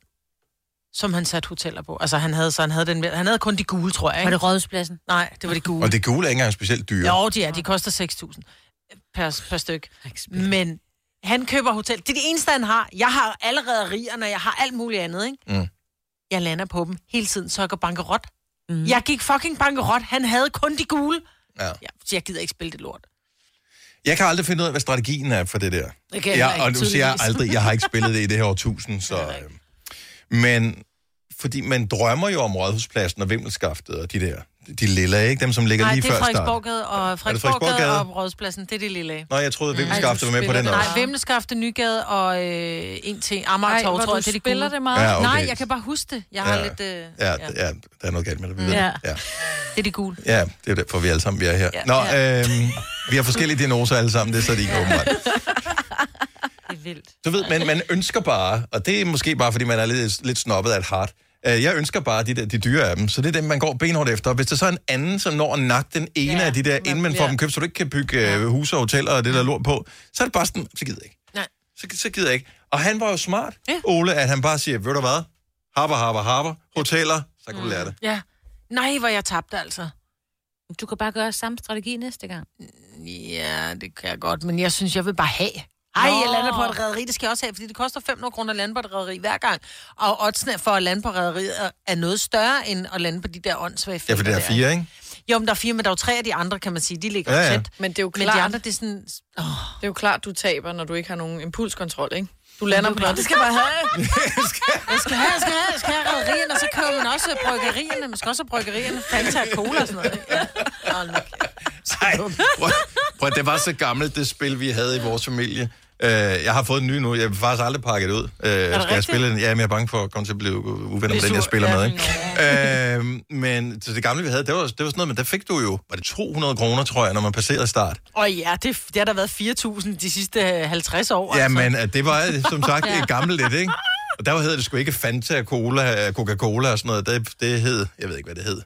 som han satte hoteller på. Altså, han havde, så han havde, den, med- han havde kun de gule, tror jeg. Ikke? Var det Rådhuspladsen? Nej, det var de gule. Og det gule er ikke engang specielt dyre. Jo, de er. De koster 6.000 per, per styk. Men han køber hotel. Det er det eneste, han har. Jeg har allerede rigerne, og jeg har alt muligt andet, ikke? Mm. Jeg lander på dem hele tiden, så jeg går bankerot. Mhm. Mm. Jeg gik fucking bankerot. Han havde kun de gule. Ja. Ja, så jeg gider ikke spille det lort. Jeg kan aldrig finde ud af, hvad strategien er for det der. Det kan jeg jeg, heller ikke, og nu siger jeg tydeligvis. aldrig, jeg har ikke spillet det i det her årtusind, så... Øh, men fordi man drømmer jo om Rådhuspladsen og Vimmelskaftet og de der, de lilla, ikke? Dem, som ligger Nej, lige det er før starten. Frederiksborggade og Frederiksborggade? Frederiksborggade og Rådspladsen. Det er det lille. af. Nå, jeg troede, at Vimmelskaftet var med på spiller den det. også. Nej, Vimmelskafte, Nygade og øh, en til Amager Ej, Torv, hvor tror du jeg, det er de spiller gule. det meget. Ja, okay. Nej, jeg kan bare huske det. Jeg har lidt... Øh, ja. ja, ja. der er noget galt med det. Vi ved Ja. det. Ja. Det er de gule. ja, det er derfor, vi alle sammen vi er her. Ja. Nå, øhm, vi har forskellige diagnoser alle sammen, det er så de ikke åbenbart. Det er vildt. Du ved, men man ønsker bare, og det er måske bare, fordi man er lidt, lidt snobbet af et hart. Øh, Jeg ønsker bare de, der, de dyre af dem, så det er dem, man går benhårdt efter. Og hvis der så er en anden, som når at nakke den ene ja, af de der, inden man får dem købt, så du ikke kan bygge ja. huse og hoteller og det der lort på, så er det bare sådan, så gider jeg ikke. Nej. Så, så gider jeg ikke. Og han var jo smart, ja. Ole, at han bare siger, ved du hvad, harper, harper, harper, hoteller, så kan du lære det. Ja. Nej, hvor jeg tabte altså. Du kan bare gøre samme strategi næste gang. Ja, det kan jeg godt, men jeg synes, jeg vil bare have. Ej, Nå. jeg lander på et rederi, det skal jeg også have, fordi det koster 500 kroner at lande på et rederi hver gang. Og oddsene for at lande på rederiet er noget større, end at lande på de der åndssvage Mm. Ja, for det er der, fire, ikke? Jo, men der er fire, men der er jo tre af de andre, kan man sige. De ligger Ja, ja, ja. ja. tæt. Men det er jo Men klart, de andre, det er sådan... Oh. Det er jo klart, du taber, når du ikke har nogen impulskontrol, ikke? Du lander Men på det er klart. noget. Det skal jeg bare have. Jeg skal have, jeg skal have, jeg skal have rederierne, og så køber man også bryggerierne. Man skal også have bryggerierne, Fanta og cola og sådan noget. ikke? Ja. Hold nu kæft. Nej, prøv, prøv, det var så gammelt, det spil, vi havde i vores familie. Øh, jeg har fået en ny nu. Jeg vil faktisk aldrig pakke det ud. Øh, skal jeg rigtigt? spille den? Ja, men jeg er bange for at komme til at blive uvenner med Blive den, jeg sur. spiller Ja, med. Ikke? øh, men så det gamle, vi havde, det var, det var sådan noget, men der fik du jo, var det 200 kroner, tror jeg, når man passerede start. Og ja, det, det har der været 4.000 de sidste øh, 50 år. Ja, altså. men øh, det var som sagt Ja. ja. gammelt lidt, ikke? Og der hed det sgu ikke Fanta, Cola, øh, Coca-Cola og sådan noget. Det, det hed, jeg ved ikke, hvad det hed.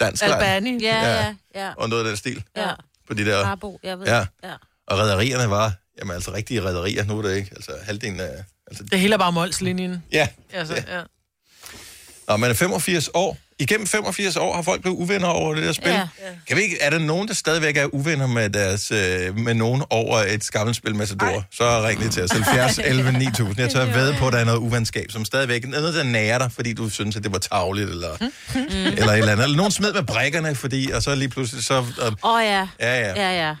Dansk Albani. Ja, ja, ja. Og noget af den stil. Ja. På de der... Harbo, jeg ved. Ja. ja. Og rædderierne var, jamen altså rigtige rædderier, nu er det ikke, altså halvdelen af... Altså, Det hele er bare målslinjen. ja, Altså, ja. og man er 85 år. Igennem 85 år har folk blevet uvenner over det der spil. Ja. Ja. Kan vi ikke, er der nogen, der stadigvæk er uvenner med, deres, øh, med nogen over et gammelt spil Matador, så ring lige til os. 70 11 9000. Jeg tør ved på, at der er noget uvenskab, som stadigvæk er noget, der nærer dig, fordi du synes, at det var tavligt, eller, eller et eller andet. Eller nogen smed med brækkerne, fordi, og så lige pludselig så... Øh, Åh oh, ja. ja, ja. Ja, ja.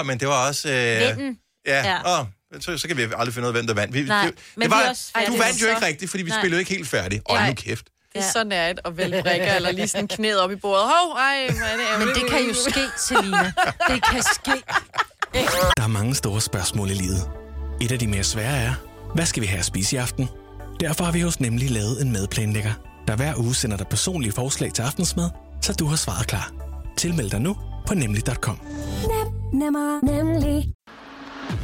Åh, men det var også... Øh, Vinden. Ja, Ja. ja. Åh, så, så kan vi aldrig finde ud af, hvem der vandt. Vi, Nej, det, men det var, vi også- Ej, du det var vandt jo så- ikke rigtigt, fordi vi Nej. spillede jo ikke helt færdigt. Åh, Nej. nu kæft. Det er så nært at vælge brikker, eller lige sådan knæet op i bordet. Hov, ej, hvor er det Men ærgerligt. det kan jo ske, Selina. Det kan ske. Der er mange store spørgsmål i livet. Et af de mere svære er, hvad skal vi have at spise i aften? Derfor har vi hos Nemlig lavet en madplanlægger, der hver uge sender dig personlige forslag til aftensmad, så du har svaret klar. Tilmeld dig nu på nemlig.com. Nemmer, nemlig.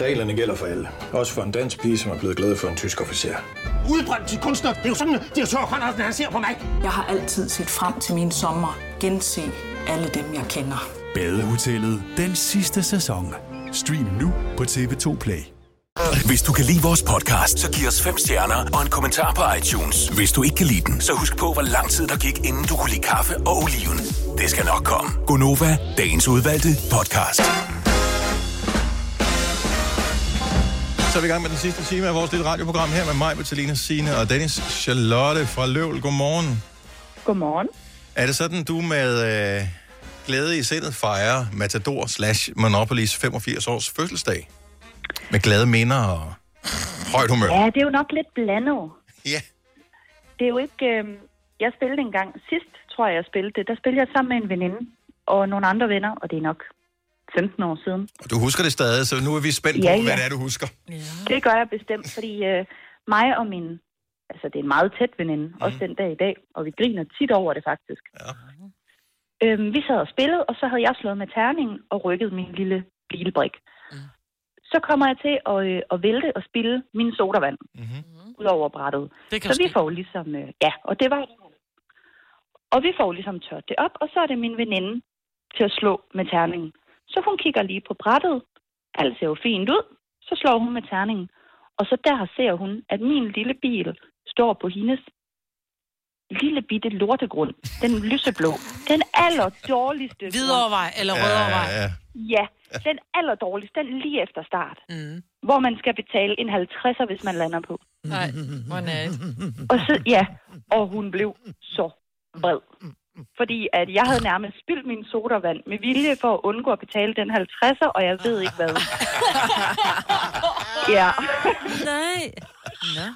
Reglerne gælder for alle. Også for en dansk pige, som er blevet glad for en tysk officer. Udbrændt til kunstner. Det er jo sådan, at de har tørt, han ser på mig. Jeg har altid set frem til min sommer, gense alle dem, jeg kender. Badehotellet den sidste sæson. Stream nu på TV2 Play. Hvis du kan lide vores podcast, så giv os fem stjerner og en kommentar på iTunes. Hvis du ikke kan lide den, så husk på, hvor lang tid der gik, inden du kunne lide kaffe og oliven. Det skal nok komme. Gonova, Dagens udvalgte podcast. Så er vi i gang med den sidste time af vores lille radioprogram her med mig, Bettelina, Signe og Dennis. Charlotte fra Løvl, godmorgen. Godmorgen. Er det sådan, du med øh, glæde i sindet fejrer Matador slash Monopolis 85 års fødselsdag? Med glade minder og højt humør. Ja, det er jo nok lidt blandet. Ja. Det er jo ikke... Øh, jeg spillede en gang sidst, tror jeg, jeg spillede det. Der spillede jeg sammen med en veninde og nogle andre venner, og det er nok 15 år siden. Og du husker det stadig, så nu er vi spændt på, Ja, ja, ja. ja. hvad det er, du husker. Det gør jeg bestemt, fordi øh, mig og min... Altså, det er en meget tæt veninde, Mhm. mm. også den dag i dag, og vi griner tit over det faktisk. Ja. Øhm, vi sad og spillede, og så havde jeg slået med terningen og rykket min lille bilbrik. Mm. Så kommer jeg til at, øh, at vælte og spille min sodavand mm-hmm. ud over brættet. Mhm. Det kan Så jo vi ske. får ligesom... Øh, ja, og det var... Og vi får ligesom tørt det op, og så er det min veninde til at slå med terningen. Så hun kigger lige på brættet. Alt ser jo fint ud. Så slår hun med terningen. Og så der ser hun, at min lille bil står på hendes lille bitte lortegrund. Den lyseblå. Den aller dårligste. Hvidovre eller grund. Rødovre? Ja, ja. Ja, den aller dårligste. Den lige efter start. Mm. Hvor man skal betale en 50'er, hvis man lander på. Nej, hvor nærigt. Og så, ja, og hun blev så vred. Fordi at jeg havde nærmest spildt min sodavand med vilje for at undgå at betale den 50'er, og jeg ved ikke hvad. ja. Nej.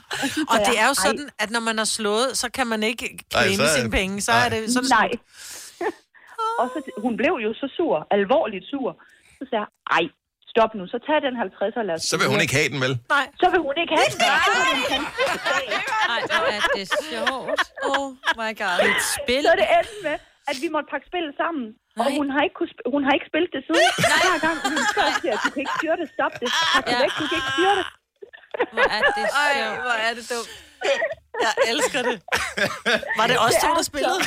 Og det er jo sådan, at når man har slået, så kan man ikke claime så er- sine penge. Så er det, så er det Nej. Og så, hun blev jo så sur, alvorligt sur. Så sagde jeg, ej, stop nu, så tag den 50'er, lad os... Så vil hun ikke have den, vel? Nej. Så vil hun ikke have den. Nej. Så vil hun ikke have den. Nej, hvor er det sjovt. Oh my god. Et spil. Så det endte med, at vi måtte pakke spillet sammen. Nej. Og hun har, ikke kunne sp- hun har ikke spillet det siden. Hver gang hun så siger, du kan ikke styre det, stop det. Pak det væk, du kan ikke styre det. Hvor er det sjovt. Ej, hvor er det dumt. Jeg elsker det. Var det også to, der spillede?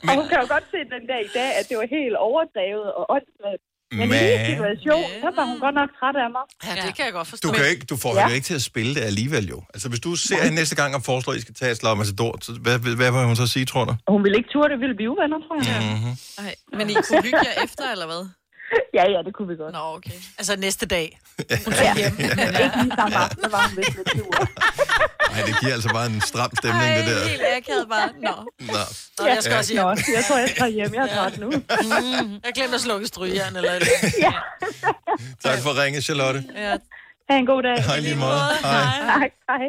Men... Og hun kan jo godt se den dag i dag, at det var helt overdrevet og åndssvagt. Men, i Men- min situation, der var hun godt nok træt af mig. Ja, det kan jeg godt forstå. Du, kan jo ikke, du får ja. jo ikke til at spille det alligevel, jo. Altså, hvis du ser hende næste gang og foreslår, at I skal tage et slag med Matador, så hvad, hvad, hvad vil hun så sige, tror du? Hun ville ikke turde, det ville blive uvenner, tror jeg. Mm-hmm. Ej, men I kunne hygge jer efter, eller hvad? Ja, ja, det kunne vi godt. Nå, okay. Altså næste dag. Hun tager hjem. Ja. Ikke lige samme aften, der var hun lidt lidt sur. Nej, det giver altså bare en stram stemning, det der. helt akavet bare. Nå. Nå. Nå, jeg skal også hjem. Nå, jeg tror, jeg tager hjem. Jeg er træt nu. Mm, jeg glemte at slukke strygejern eller et eller andet. Tak for at ringe, Charlotte. Ja. Ha' en god dag. Hej, lige måde. Hej. Hej. Hej.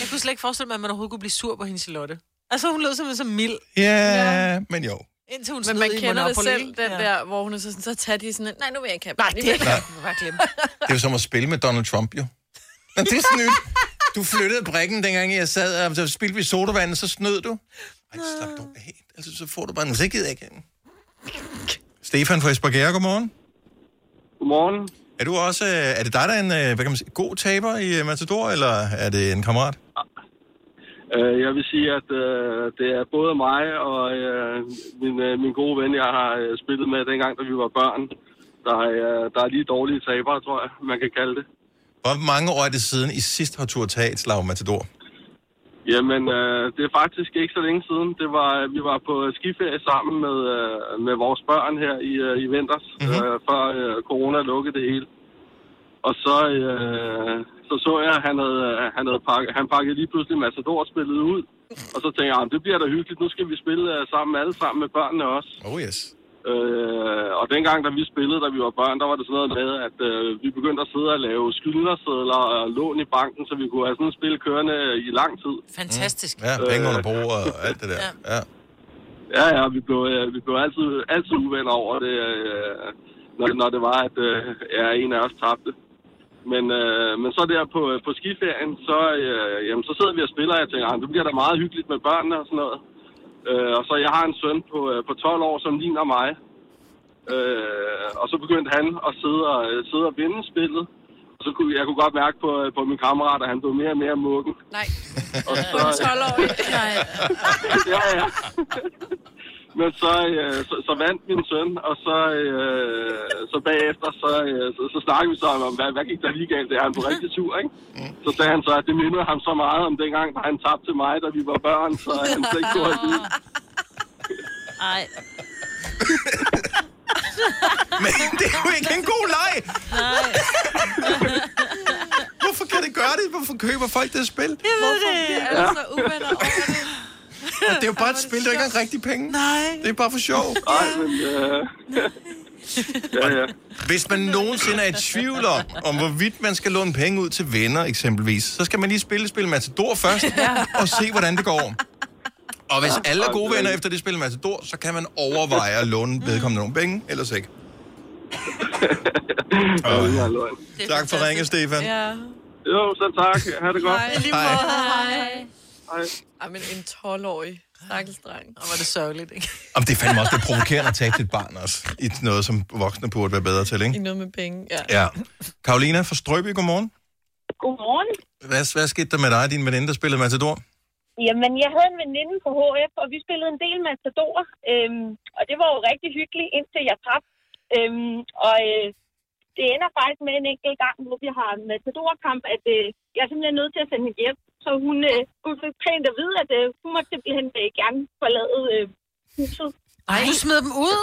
Jeg kunne slet ikke forestille mig, at man overhovedet kunne blive sur på hende, Charlotte. Altså, hun lød simpelthen så mild, Ja, men jo. indtil hun Men snød man i kender det Monopoly. selv, den der, hvor hun er så sådan, så tager de sådan, en, nej, nu vil jeg ikke have Nej, den. det Nu vil jeg kan ikke have man bare glemme. Det er jo som at spille med Donald Trump, jo. Men det er snydt. Du flyttede brikken, dengang jeg sad, og så spildte vi sodavand, så snød du. Ej, slap dog af. Altså, så får du bare en sikkerhed igen. Stefan fra Esbjerg, godmorgen. Godmorgen. Er du også, øh, er det dig, der er en, øh, hvad kan man sige, god taber i øh, Matador, eller er det en kammerat? Øh, jeg vil sige, at øh, det er både mig og øh, min, øh, min gode ven, jeg har øh, spillet med dengang, da vi var børn. Der, er, øh, der er lige dårlige tabere, tror jeg, man kan kalde det. Hvor mange år er det siden, I sidst har turde tage et slag Matador? Jamen, øh, det er faktisk ikke så længe siden. Det var, øh, vi var på skiferie sammen med, øh, med vores børn her i, øh, i vinters, mm-hmm. øh, før øh, corona lukkede det hele. Og så, øh, så så jeg, at han, havde, øh, han, havde pakket, han pakkede lige pludselig Matador-spillet ud. Og så tænkte jeg, "Ah, det bliver da hyggeligt, nu skal vi spille øh, sammen alle sammen med børnene også. Oh yes. Øh, og dengang, da vi spillede, da vi var børn, der var det sådan noget med, at øh, vi begyndte at sidde og lave skyldnersedler og lån i banken, så vi kunne have sådan et spil kørende øh, i lang tid. Fantastisk. Ja, penge under bordet og alt det der. Ja. Ja, ja, vi blev, øh, vi blev altid, altid uvenner over det, øh, når, når det var, at øh, ja, en af os tabte. Men, øh, men så der på, øh, på skiferien, så, øh, jamen, så sidder vi og spiller, og jeg tænker, "Ah, det bliver da meget hyggeligt med børnene og sådan noget. Øh, og så jeg har en søn på, øh, på 12 år, som ligner mig. Øh, og så begyndte han at sidde og, øh, sidde og vinde spillet. Og så kunne jeg kunne godt mærke på, øh, på min kammerat, at han blev mere og mere mukken. Nej. Og så, En 12-årig. Nej. ja, ja. Men så, øh, så, så vandt min søn, og så, øh, så bagefter, så, øh, så, så snakkede vi så om, hvad, hvad gik der lige galt? Det er han på rigtig tur, ikke? Så sagde han så, at det mindede ham så meget om dengang, da han tabte til mig, da vi var børn, så han slet ikke kunne have ud. Ej. Men det er jo ikke en god leg. Nej. Hvorfor kan det gøre det? Hvorfor køber folk det spil? Jeg Hvorfor bliver alle så uvenner over det? Og det er jo bare et spil, der er ikke engang rigtig penge. Nej. Det er bare for sjov. Nej, men... Uh... Ja, ja. Hvis man nogensinde er i tvivl om, om hvorvidt man skal låne penge ud til venner eksempelvis, så skal man lige spille spil Matador først, og se, hvordan det går. Og hvis Ja. alle er gode venner efter det spil Matador, så kan man overveje at låne vedkommende nogle penge, ellers ikke. Og, tak for ringe, Stefan. Ja. Jo, så tak. Ha' det godt. Nej, lige måde. Hej. Hej. Ej, men en 12-årig stakkels dreng. Og var det sørgeligt, ikke? Om det fandt mig også det provokerende at tabe et barn også, i noget, som voksne burde være bedre til, I ikke? noget med penge, ja. Ja. Karolina fra Strøby, godmorgen. Godmorgen. Hvad, hvad skete der med dig og din veninde, der spillede Matador? Jamen, jeg havde en veninde på HF, og vi spillede en del matador, øhm, og det var jo rigtig hyggeligt, indtil jeg tabte. Øhm, og øh, det ender faktisk med en enkelt gang, hvor vi har en matadorkamp, at øh, jeg er simpelthen nødt til at sende hende hjem. Så hun, øh, hun fik pænt at vide, at øh, hun måtte simpelthen øh, gerne forlade øh, huset. Ej, du smed dem ud?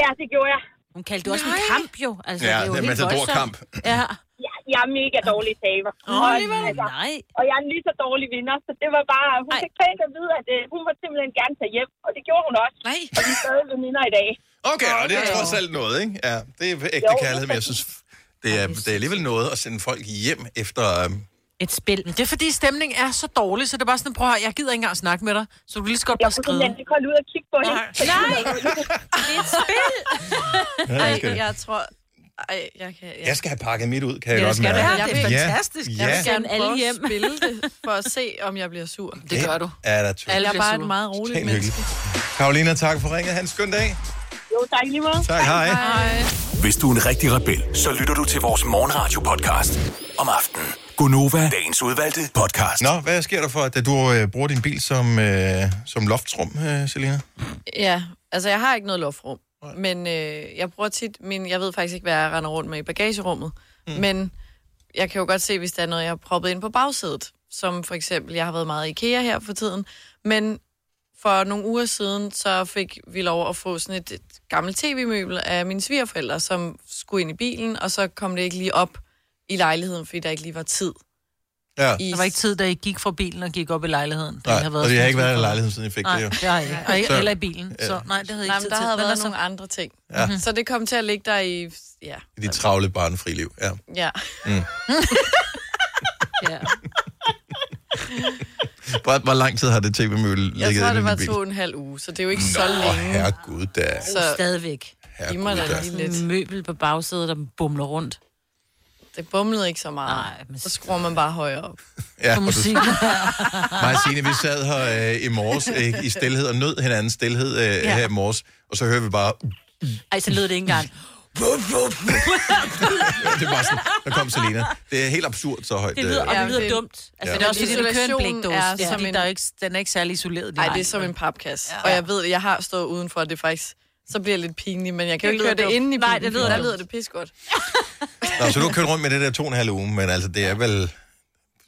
Ja, det gjorde jeg. Hun kaldte det også en kamp jo. Altså, Ja, det er jo det er helt matadorkamp. voldsomt. Ja. Jeg, jeg er mega dårlig taber. Altså, Åh, alligevel. Nej. og jeg er en lige så dårlig vinder, så det var bare... Hun fik pænt at vide, at øh, hun måtte simpelthen gerne tage hjem, og det gjorde hun også. Nej. Og vi er stadig veninder i dag. Okay, og det er trods alt noget, ikke? Ja, det er ægte kærlighed, men jeg synes, det er, det er alligevel noget at sende folk hjem efter... Øhm, Et spil. Det er fordi stemningen er så dårlig, så det er bare sådan, prøv at høre, jeg gider ikke engang snakke med dig, så du kan lige så godt blive skrevet. Jeg kunne ud og kigge på hende. Nej, det er et spil. Ja, jeg skal- Ej, jeg tror... Ej, jeg kan... jeg skal have pakket mit ud, kan jeg Ja, godt skal mærke. du have. Det er fantastisk. Ja, Jeg ja. vil gerne alle alle hjem. hjem. spille det, for at se, om jeg bliver sur. Det gør du. er da tydeligt. Alle jeg er bare et meget roligt Helt menneske. hyggeligt. Karolina, tak for ringet. Ha' en skøn dag. Jo, tak lige meget. Tak, hej. Hej. Hvis du er en rigtig rebel, så lytter du til vores morgenradio-podcast om aftenen. Gunova, dagens udvalgte podcast. Nå, hvad sker der for, at du øh, bruger din bil som, øh, som loftrum, øh, Selina? Ja, altså jeg har ikke noget loftrum, men øh, jeg bruger tit min... Jeg ved faktisk ikke, hvad jeg render rundt med i bagagerummet, mm. men jeg kan jo godt se, hvis der er noget, jeg har proppet ind på bagsædet, som for eksempel, jeg har været meget i IKEA her for tiden, men for nogle uger siden, så fik vi lov at få sådan et, et gammelt tv-møbel af mine svigerforældre, som skulle ind i bilen, og så kom det ikke lige op i lejligheden, fordi der ikke lige var tid. Ja. Der var ikke tid, da I gik fra bilen og gik op i lejligheden. Den Nej, og jeg har ikke været i sådan- lejligheden, siden jeg fik nej, det jo. det har jeg ikke. Og ikke. Så- Eller i bilen. Så nej, det havde jeg Nej, ikke men tid til. altså, der havde Den er været så- Mhm. nogle andre ting. Ja. Ja. Så det kom til at ligge der i... Ja. I dit travle barnfri liv, ja. Ja. Mm. ja. Hvor, hvor lang tid har det tv-mølle ligget Jeg tror, inde det i var din bil? to og en halv uge, så det er jo ikke Nå, Nå, så længe. herregud da. Så- Stadigvæk. Herregud Giv mig da da. lige lidt. Sådan en møbel på bagsædet, der bumler rundt. Det bumlede ikke så meget. Nej, men... Så skruer man bare højere op. Ja, og du, mig og Signe, vi sad her øh, i morges øh, i stillhed og nød hinandens stillhed øh, Ja. ja. her i morges, og så hører vi bare, Ej, så lød det ikke engang. det var sådan, der kom Selina. Det er helt absurd så højt. Det lyder, og øh, det lyder det- dumt. Altså, Ja. det er også fordi, du kører en Isolationen blikdåse. er Ja. som Fordi en- der er jo ikke, den er ikke særlig isoleret. Nej, det er som en papkasse. Ja. Og jeg ved, jeg har stået udenfor, og det er faktisk... Så bliver jeg lidt pinligt, men jeg kan jo ikke Det køre lyder dumt. det inde i bilen. Nej, det lyder for Der dumt. lyder det pissegodt. Nå, så du kører rundt med det der to og en halv uge, men altså, det er vel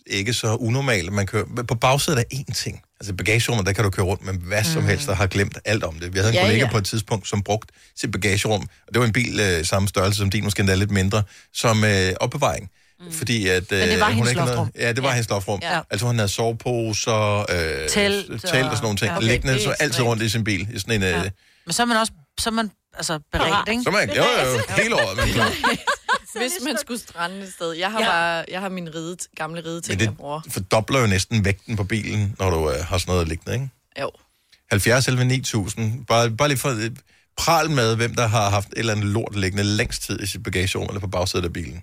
ikke så unormalt. Man kører, men på bagsædet er én ting. Altså i bagagerummet, der kan du køre rundt med hvad Mm. som helst, der har glemt alt om det. Vi havde en Ja, ja, kollega ja. ja. på et tidspunkt, som brugte sit bagagerum, og det var en bil øh, samme størrelse som din, måske endda lidt mindre, som øh, opbevaring. Mm. Fordi at, øh, Men det var hendes havde lofrum. Ja, det var ja. hendes lofrum. Ja. Ja. Altså hun havde soveposer, øh, Telt og- telt, og sådan nogle ting. Ja. Ja. Okay, Liggende det er så altid ekstremt. rundt i sin bil. I sådan en, øh, ja. Men så er man også så er man, altså, beredt, ikke? Så er man, jo, jo, jo, hele året. Man klar. Hvis man skulle strande et sted. Jeg har, ja. bare, jeg har min ride, gamle rideting, Men det... jeg det bruger. fordobler jo næsten vægten på bilen, når du øh, har sådan noget liggende, ikke? Jo. 70 11 9000. Bare, bare lige for øh, pral med, hvem der har haft et eller andet lort liggende længst tid i sit bagagerum eller på bagsædet af bilen.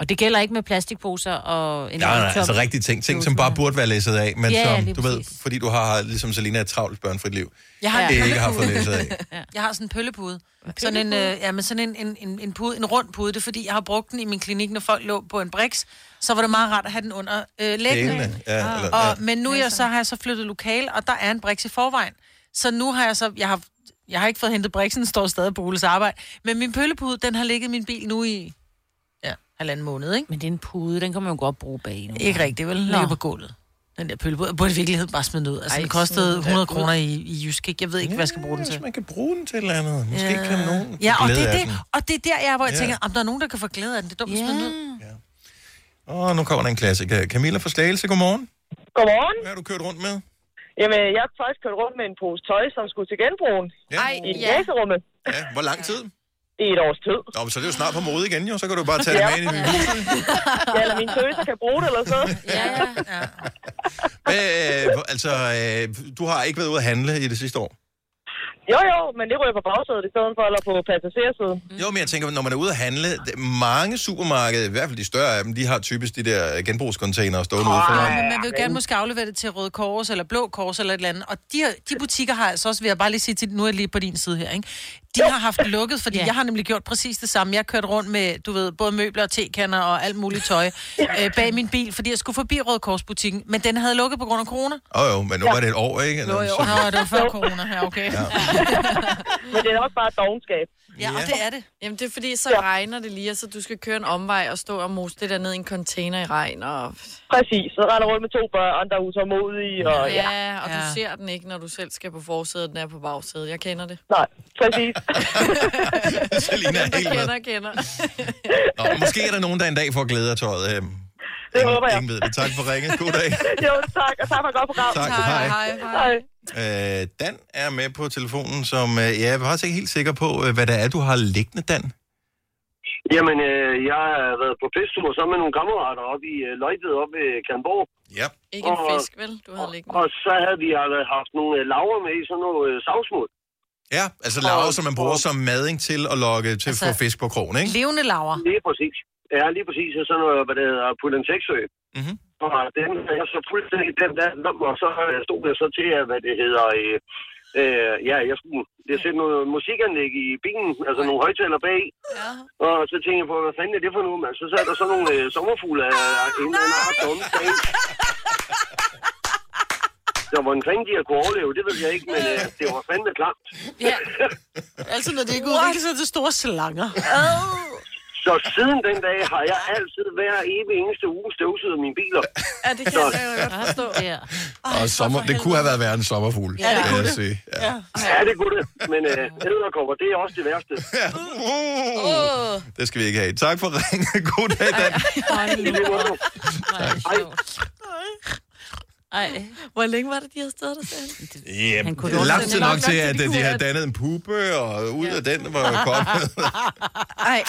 Og det gælder ikke med plastikposer og en Nej, nej, tom- altså rigtige ting. Ting, som bare burde være læsset af, men Ja, ja, som, lige du ved, fordi du har, ligesom Selina, et travlt børnefrit liv. Jeg har en det ikke har fået pøllepude. læsset af. Ja. Jeg har sådan en pøllepude. Sådan en, pøllepude? øh, ja, men sådan en, en, en, en, pude, en rund pude. Det er fordi, jeg har brugt den i min klinik, når folk lå på en briks. Så var det meget rart at have den under øh, læggene. Ah. Hælene, ja, eller- og, ja. Men nu er jeg, så har jeg så flyttet lokal, og der er en briks i forvejen. Så nu har jeg så... Jeg har, jeg har ikke fået hentet briksen, den står stadig på Oles arbejde. Men min pøllepude, den har ligget i min bil nu i ja, halvanden måned, ikke? Men det er en pude, den kan man jo godt bruge bag nu. Ikke rigtigt, vel? Ligger på gulvet. Den der pøllepude. Jeg burde i virkeligheden bare smide den ud. Altså, Ej, den kostede 100 kroner i, i Jysk, ikke? Jeg ved ikke, ja, hvad jeg skal bruge den til. man kan bruge den til et eller andet. Måske Ja. kan nogen få Ja, og glæde det, af er det, den. og det er der, jeg, hvor jeg Ja. tænker, om der er nogen, der kan få glæde af den. Det er dumt at smide den ud. Og nu kommer der en klassiker. Camilla fra Slagelse, godmorgen. Godmorgen. Hvad har du kørt rundt med? Jamen, jeg har faktisk kørt rundt med en pose tøj, som skulle til genbrugen. Ej, I ja. kasserummet. Ja, hvor lang tid? I et års tid. Nå, men så er det jo snart på mode igen, jo. Så kan du bare tage det med ind i min hus. ja, eller min tøser kan bruge det eller så. ja, ja. Hvad, øh, altså, øh, du har ikke været ude at handle i det sidste år. Jo, jo, men det ryger på bagsædet i stedet for, eller på passagersiden. Mm. Jo, men jeg tænker, når man er ude at handle, det- mange supermarkeder, i hvert fald de større af dem, de har typisk de der genbrugscontainere stående ude Nej, foran. men man vil jo gerne måske aflevere det til Røde Kors eller Blå Kors eller et eller andet. Og de, har- de butikker har altså også, vil jeg bare lige sige til, nu er jeg lige på din side her, ikke? De har haft lukket, fordi Ja. yeah. jeg har nemlig gjort præcis det samme. Jeg kørte rundt med, du ved, både møbler og tekander og alt muligt tøj øh, bag min bil, fordi jeg skulle forbi Røde Korsbutikken. Men den havde lukket på grund af corona. Åh oh, jo, men nu var det et år, ikke? Nå, jo. Nå, det var før corona her, okay. Ja. Men det er også bare dogenskab. Ja, og det er det. Jamen, det er fordi, så regner det lige, og så du skal køre en omvej og stå og mose det der ned i en container i regn. Og... Præcis, så render rundt med to børn, der er utålmodige. Og, ja. ja, og du ser den ikke, når du selv skal på forsædet, den er på bagsædet. Jeg kender det. Nej, præcis. Selina er helt med. kender, kender. Nå, måske er der nogen, der en dag får glæde af tøjet. Øh, Det håber jeg. ingen ved det. Tak for ringet. God dag. jo, tak, og tak for et godt program. Tak, hej. Hej, hej. Øh, Dan er med på telefonen, som øh, ja, jeg er faktisk ikke helt sikker på, øh, hvad det er, du har liggende, Dan. Jamen, øh, jeg har været på festtur sammen med nogle kammerater oppe i øh, Løjtet oppe ved Kalmborg. Ja. Ikke en fisk, vel? Du havde liggende. Og så havde vi øh, haft nogle øh, laver med i sådan noget øh, savsmuld. Ja, altså laver, som man bruger som mading til at lokke til altså, Altså, at få fisk på krogen, ikke? Levende laver. Lige præcis. Ja, lige præcis. Og sådan noget, hvad det hedder, Pulentexø. Mm-hmm. Og den havde jeg så fuldstændig den der lom, og så øh, stod jeg så til, at, hvad det hedder... Øh, øh, ja, jeg skulle det sætte noget musikanlæg i bilen, altså nogle højtaler bag. Ja. Og så tænkte jeg på, hvad fanden er det for noget, mand? Så sad der så nogle øh, sommerfugle af en eller anden art dumme dag. Så hvordan fanden de har kunne overleve, det ved jeg ikke, men øh, det var fandme klamt. Ja. Altså, når det ikke udvikler sig til store slanger. Så siden den dag har jeg altid hver evig eneste uge støvsuget mine biler. Ja, det kan jeg godt forstå. Ja. Og sommer, det kunne have været værre en sommerfugl, Ja, det vil kunne jeg det. sige. Ja. ja, det kunne det. Men øh, æderkopper, det er også det værste. Ja. Oh. Det skal vi ikke have. Tak for ringen. God dag, Dan. Ej. Hvor længe var det, de havde stået der selv? Ja, Han kunne det er låne lang den. tid Nok nok nok til, til, at de de kunne har have den. dannet en puppe, og ud af den var kommet. Ej.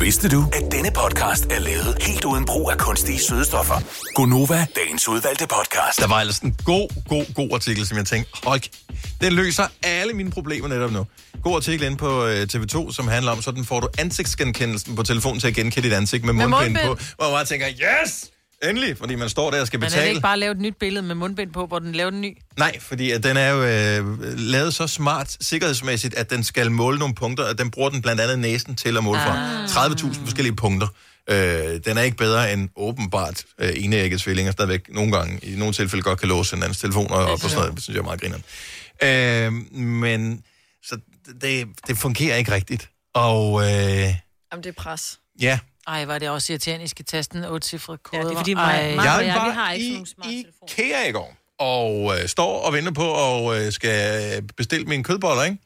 Vidste du, at denne podcast er lavet helt uden brug af kunstige sødestoffer? Gonova, Dagens udvalgte podcast. Der var ellers en god, god, god artikel, som jeg tænkte, hold, kæ- den løser alle mine problemer netop nu. God artikel inde på øh, TV2, som handler om, sådan får du ansigtsgenkendelsen på telefonen til at genkende dit ansigt med, Med mundbind, mundbind. på. Hvor jeg bare tænker, yes! Endelig, fordi man står der og skal Men er betale. det ikke bare lavet et nyt billede med mundbind på, hvor den laver den ny? Nej, fordi at den er jo øh, lavet så smart sikkerhedsmæssigt, at den skal måle nogle punkter, og den bruger den blandt andet næsen til at måle ah. fra 30.000 forskellige punkter. Øh, den er ikke bedre end åbenbart øh, enægget tvillinger stadigvæk nogle gange, i nogle tilfælde godt kan låse hinandens telefoner op og sådan noget, det synes jeg er meget griner. Øh, men så det, det fungerer ikke rigtigt. Og øh, Jamen, det er pres. ja, Ej, var det også irriterende, I skal taste den 8-cifrede kode. Ja, det er fordi mig- mig og Jeg jeg, vi var har ikke i- sådan nogle IKEA i går, og øh, står og venter på og øh, skal bestille mine kødboller, ikke?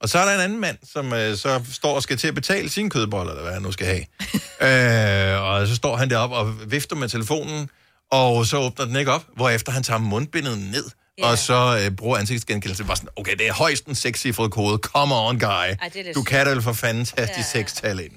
Og så er der en anden mand, som øh, så står og skal til at betale sine kødboller, eller hvad han nu skal have. øh, og så står han deroppe og vifter med telefonen, og så åbner den ikke op, hvorefter han tager mundbindet ned, yeah. og så øh, bruger ansigtsgenkendelse bare sådan, okay, det er højst en sekscifret kode, come on guy, det er lidt du kan da vel for fanden tage de seks tal ind.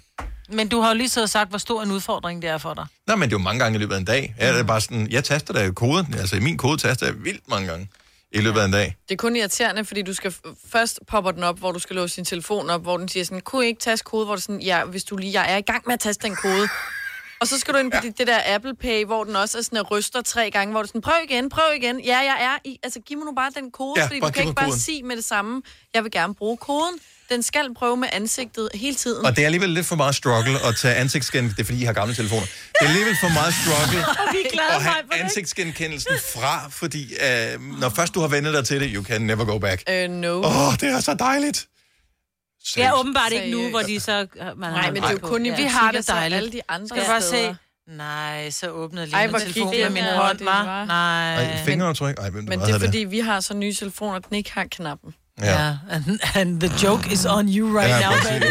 Men du har jo lige siddet og sagt, hvor stor en udfordring det er for dig. Nå, men det er jo mange gange i løbet af en dag. Ja, Mm. det er bare sådan, jeg taster da koden. Altså, min kode taster jeg vildt mange gange i løbet af en dag. Det er kun irriterende, fordi du skal f- først popper den op, hvor du skal låse din telefon op, hvor den siger sådan, kunne I ikke taste kode, hvor du sådan, ja, hvis du lige, jeg er i gang med at taste den kode. Og så skal du ind på det, det der Apple Pay, hvor den også er sådan, at ryster tre gange, hvor du sådan, prøv igen, prøv igen. Ja, jeg er i, altså giv mig nu bare den kode, Ja, ja, fordi bare du giv kan ikke mig bare koden. sige med det samme, jeg vil gerne bruge koden. Den skal prøve med ansigtet hele tiden. Og det er alligevel lidt for meget struggle at tage ansigtsgenkendelse. Det er fordi, I har gamle telefoner. Det er alligevel for meget struggle Og vi glæder at mig have for det. ansigtsgenkendelsen fra, fordi øh, når først du har vendt dig til det, you can never go back. Øh, no. Åh, oh, det er så dejligt. Ja, åbenbart ikke nu, hvor de så... øh, Man Nej, men det er jo kun i ja. Vi har det dejligt. alle de andre Skal du bare steder. se? Nej, så åbnede jeg lige Ej, min hvor telefon gik med det min her, hånd, det var. var. Nej. Ej, fingeraftryk. Ej, men, Men det er fordi, vi har så nye telefoner, at den ikke har knappen. Ja. And, and the joke is on you right Ja, now, præcis. baby.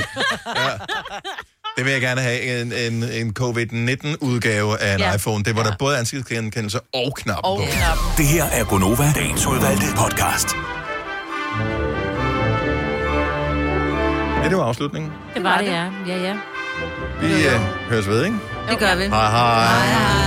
Det vil jeg gerne have, en, en, en covid-19-udgave af en Ja. ja. iPhone. Det var ja. der både ansigtsgenkendelse og knap Og på. knap. Det her er Gonova, dagens udvalgte podcast. Ja, det var afslutningen. Det var det, ja. Ja, ja. Vi øh, høres ved, ikke? Det gør vi. Hej hej. hej, hej.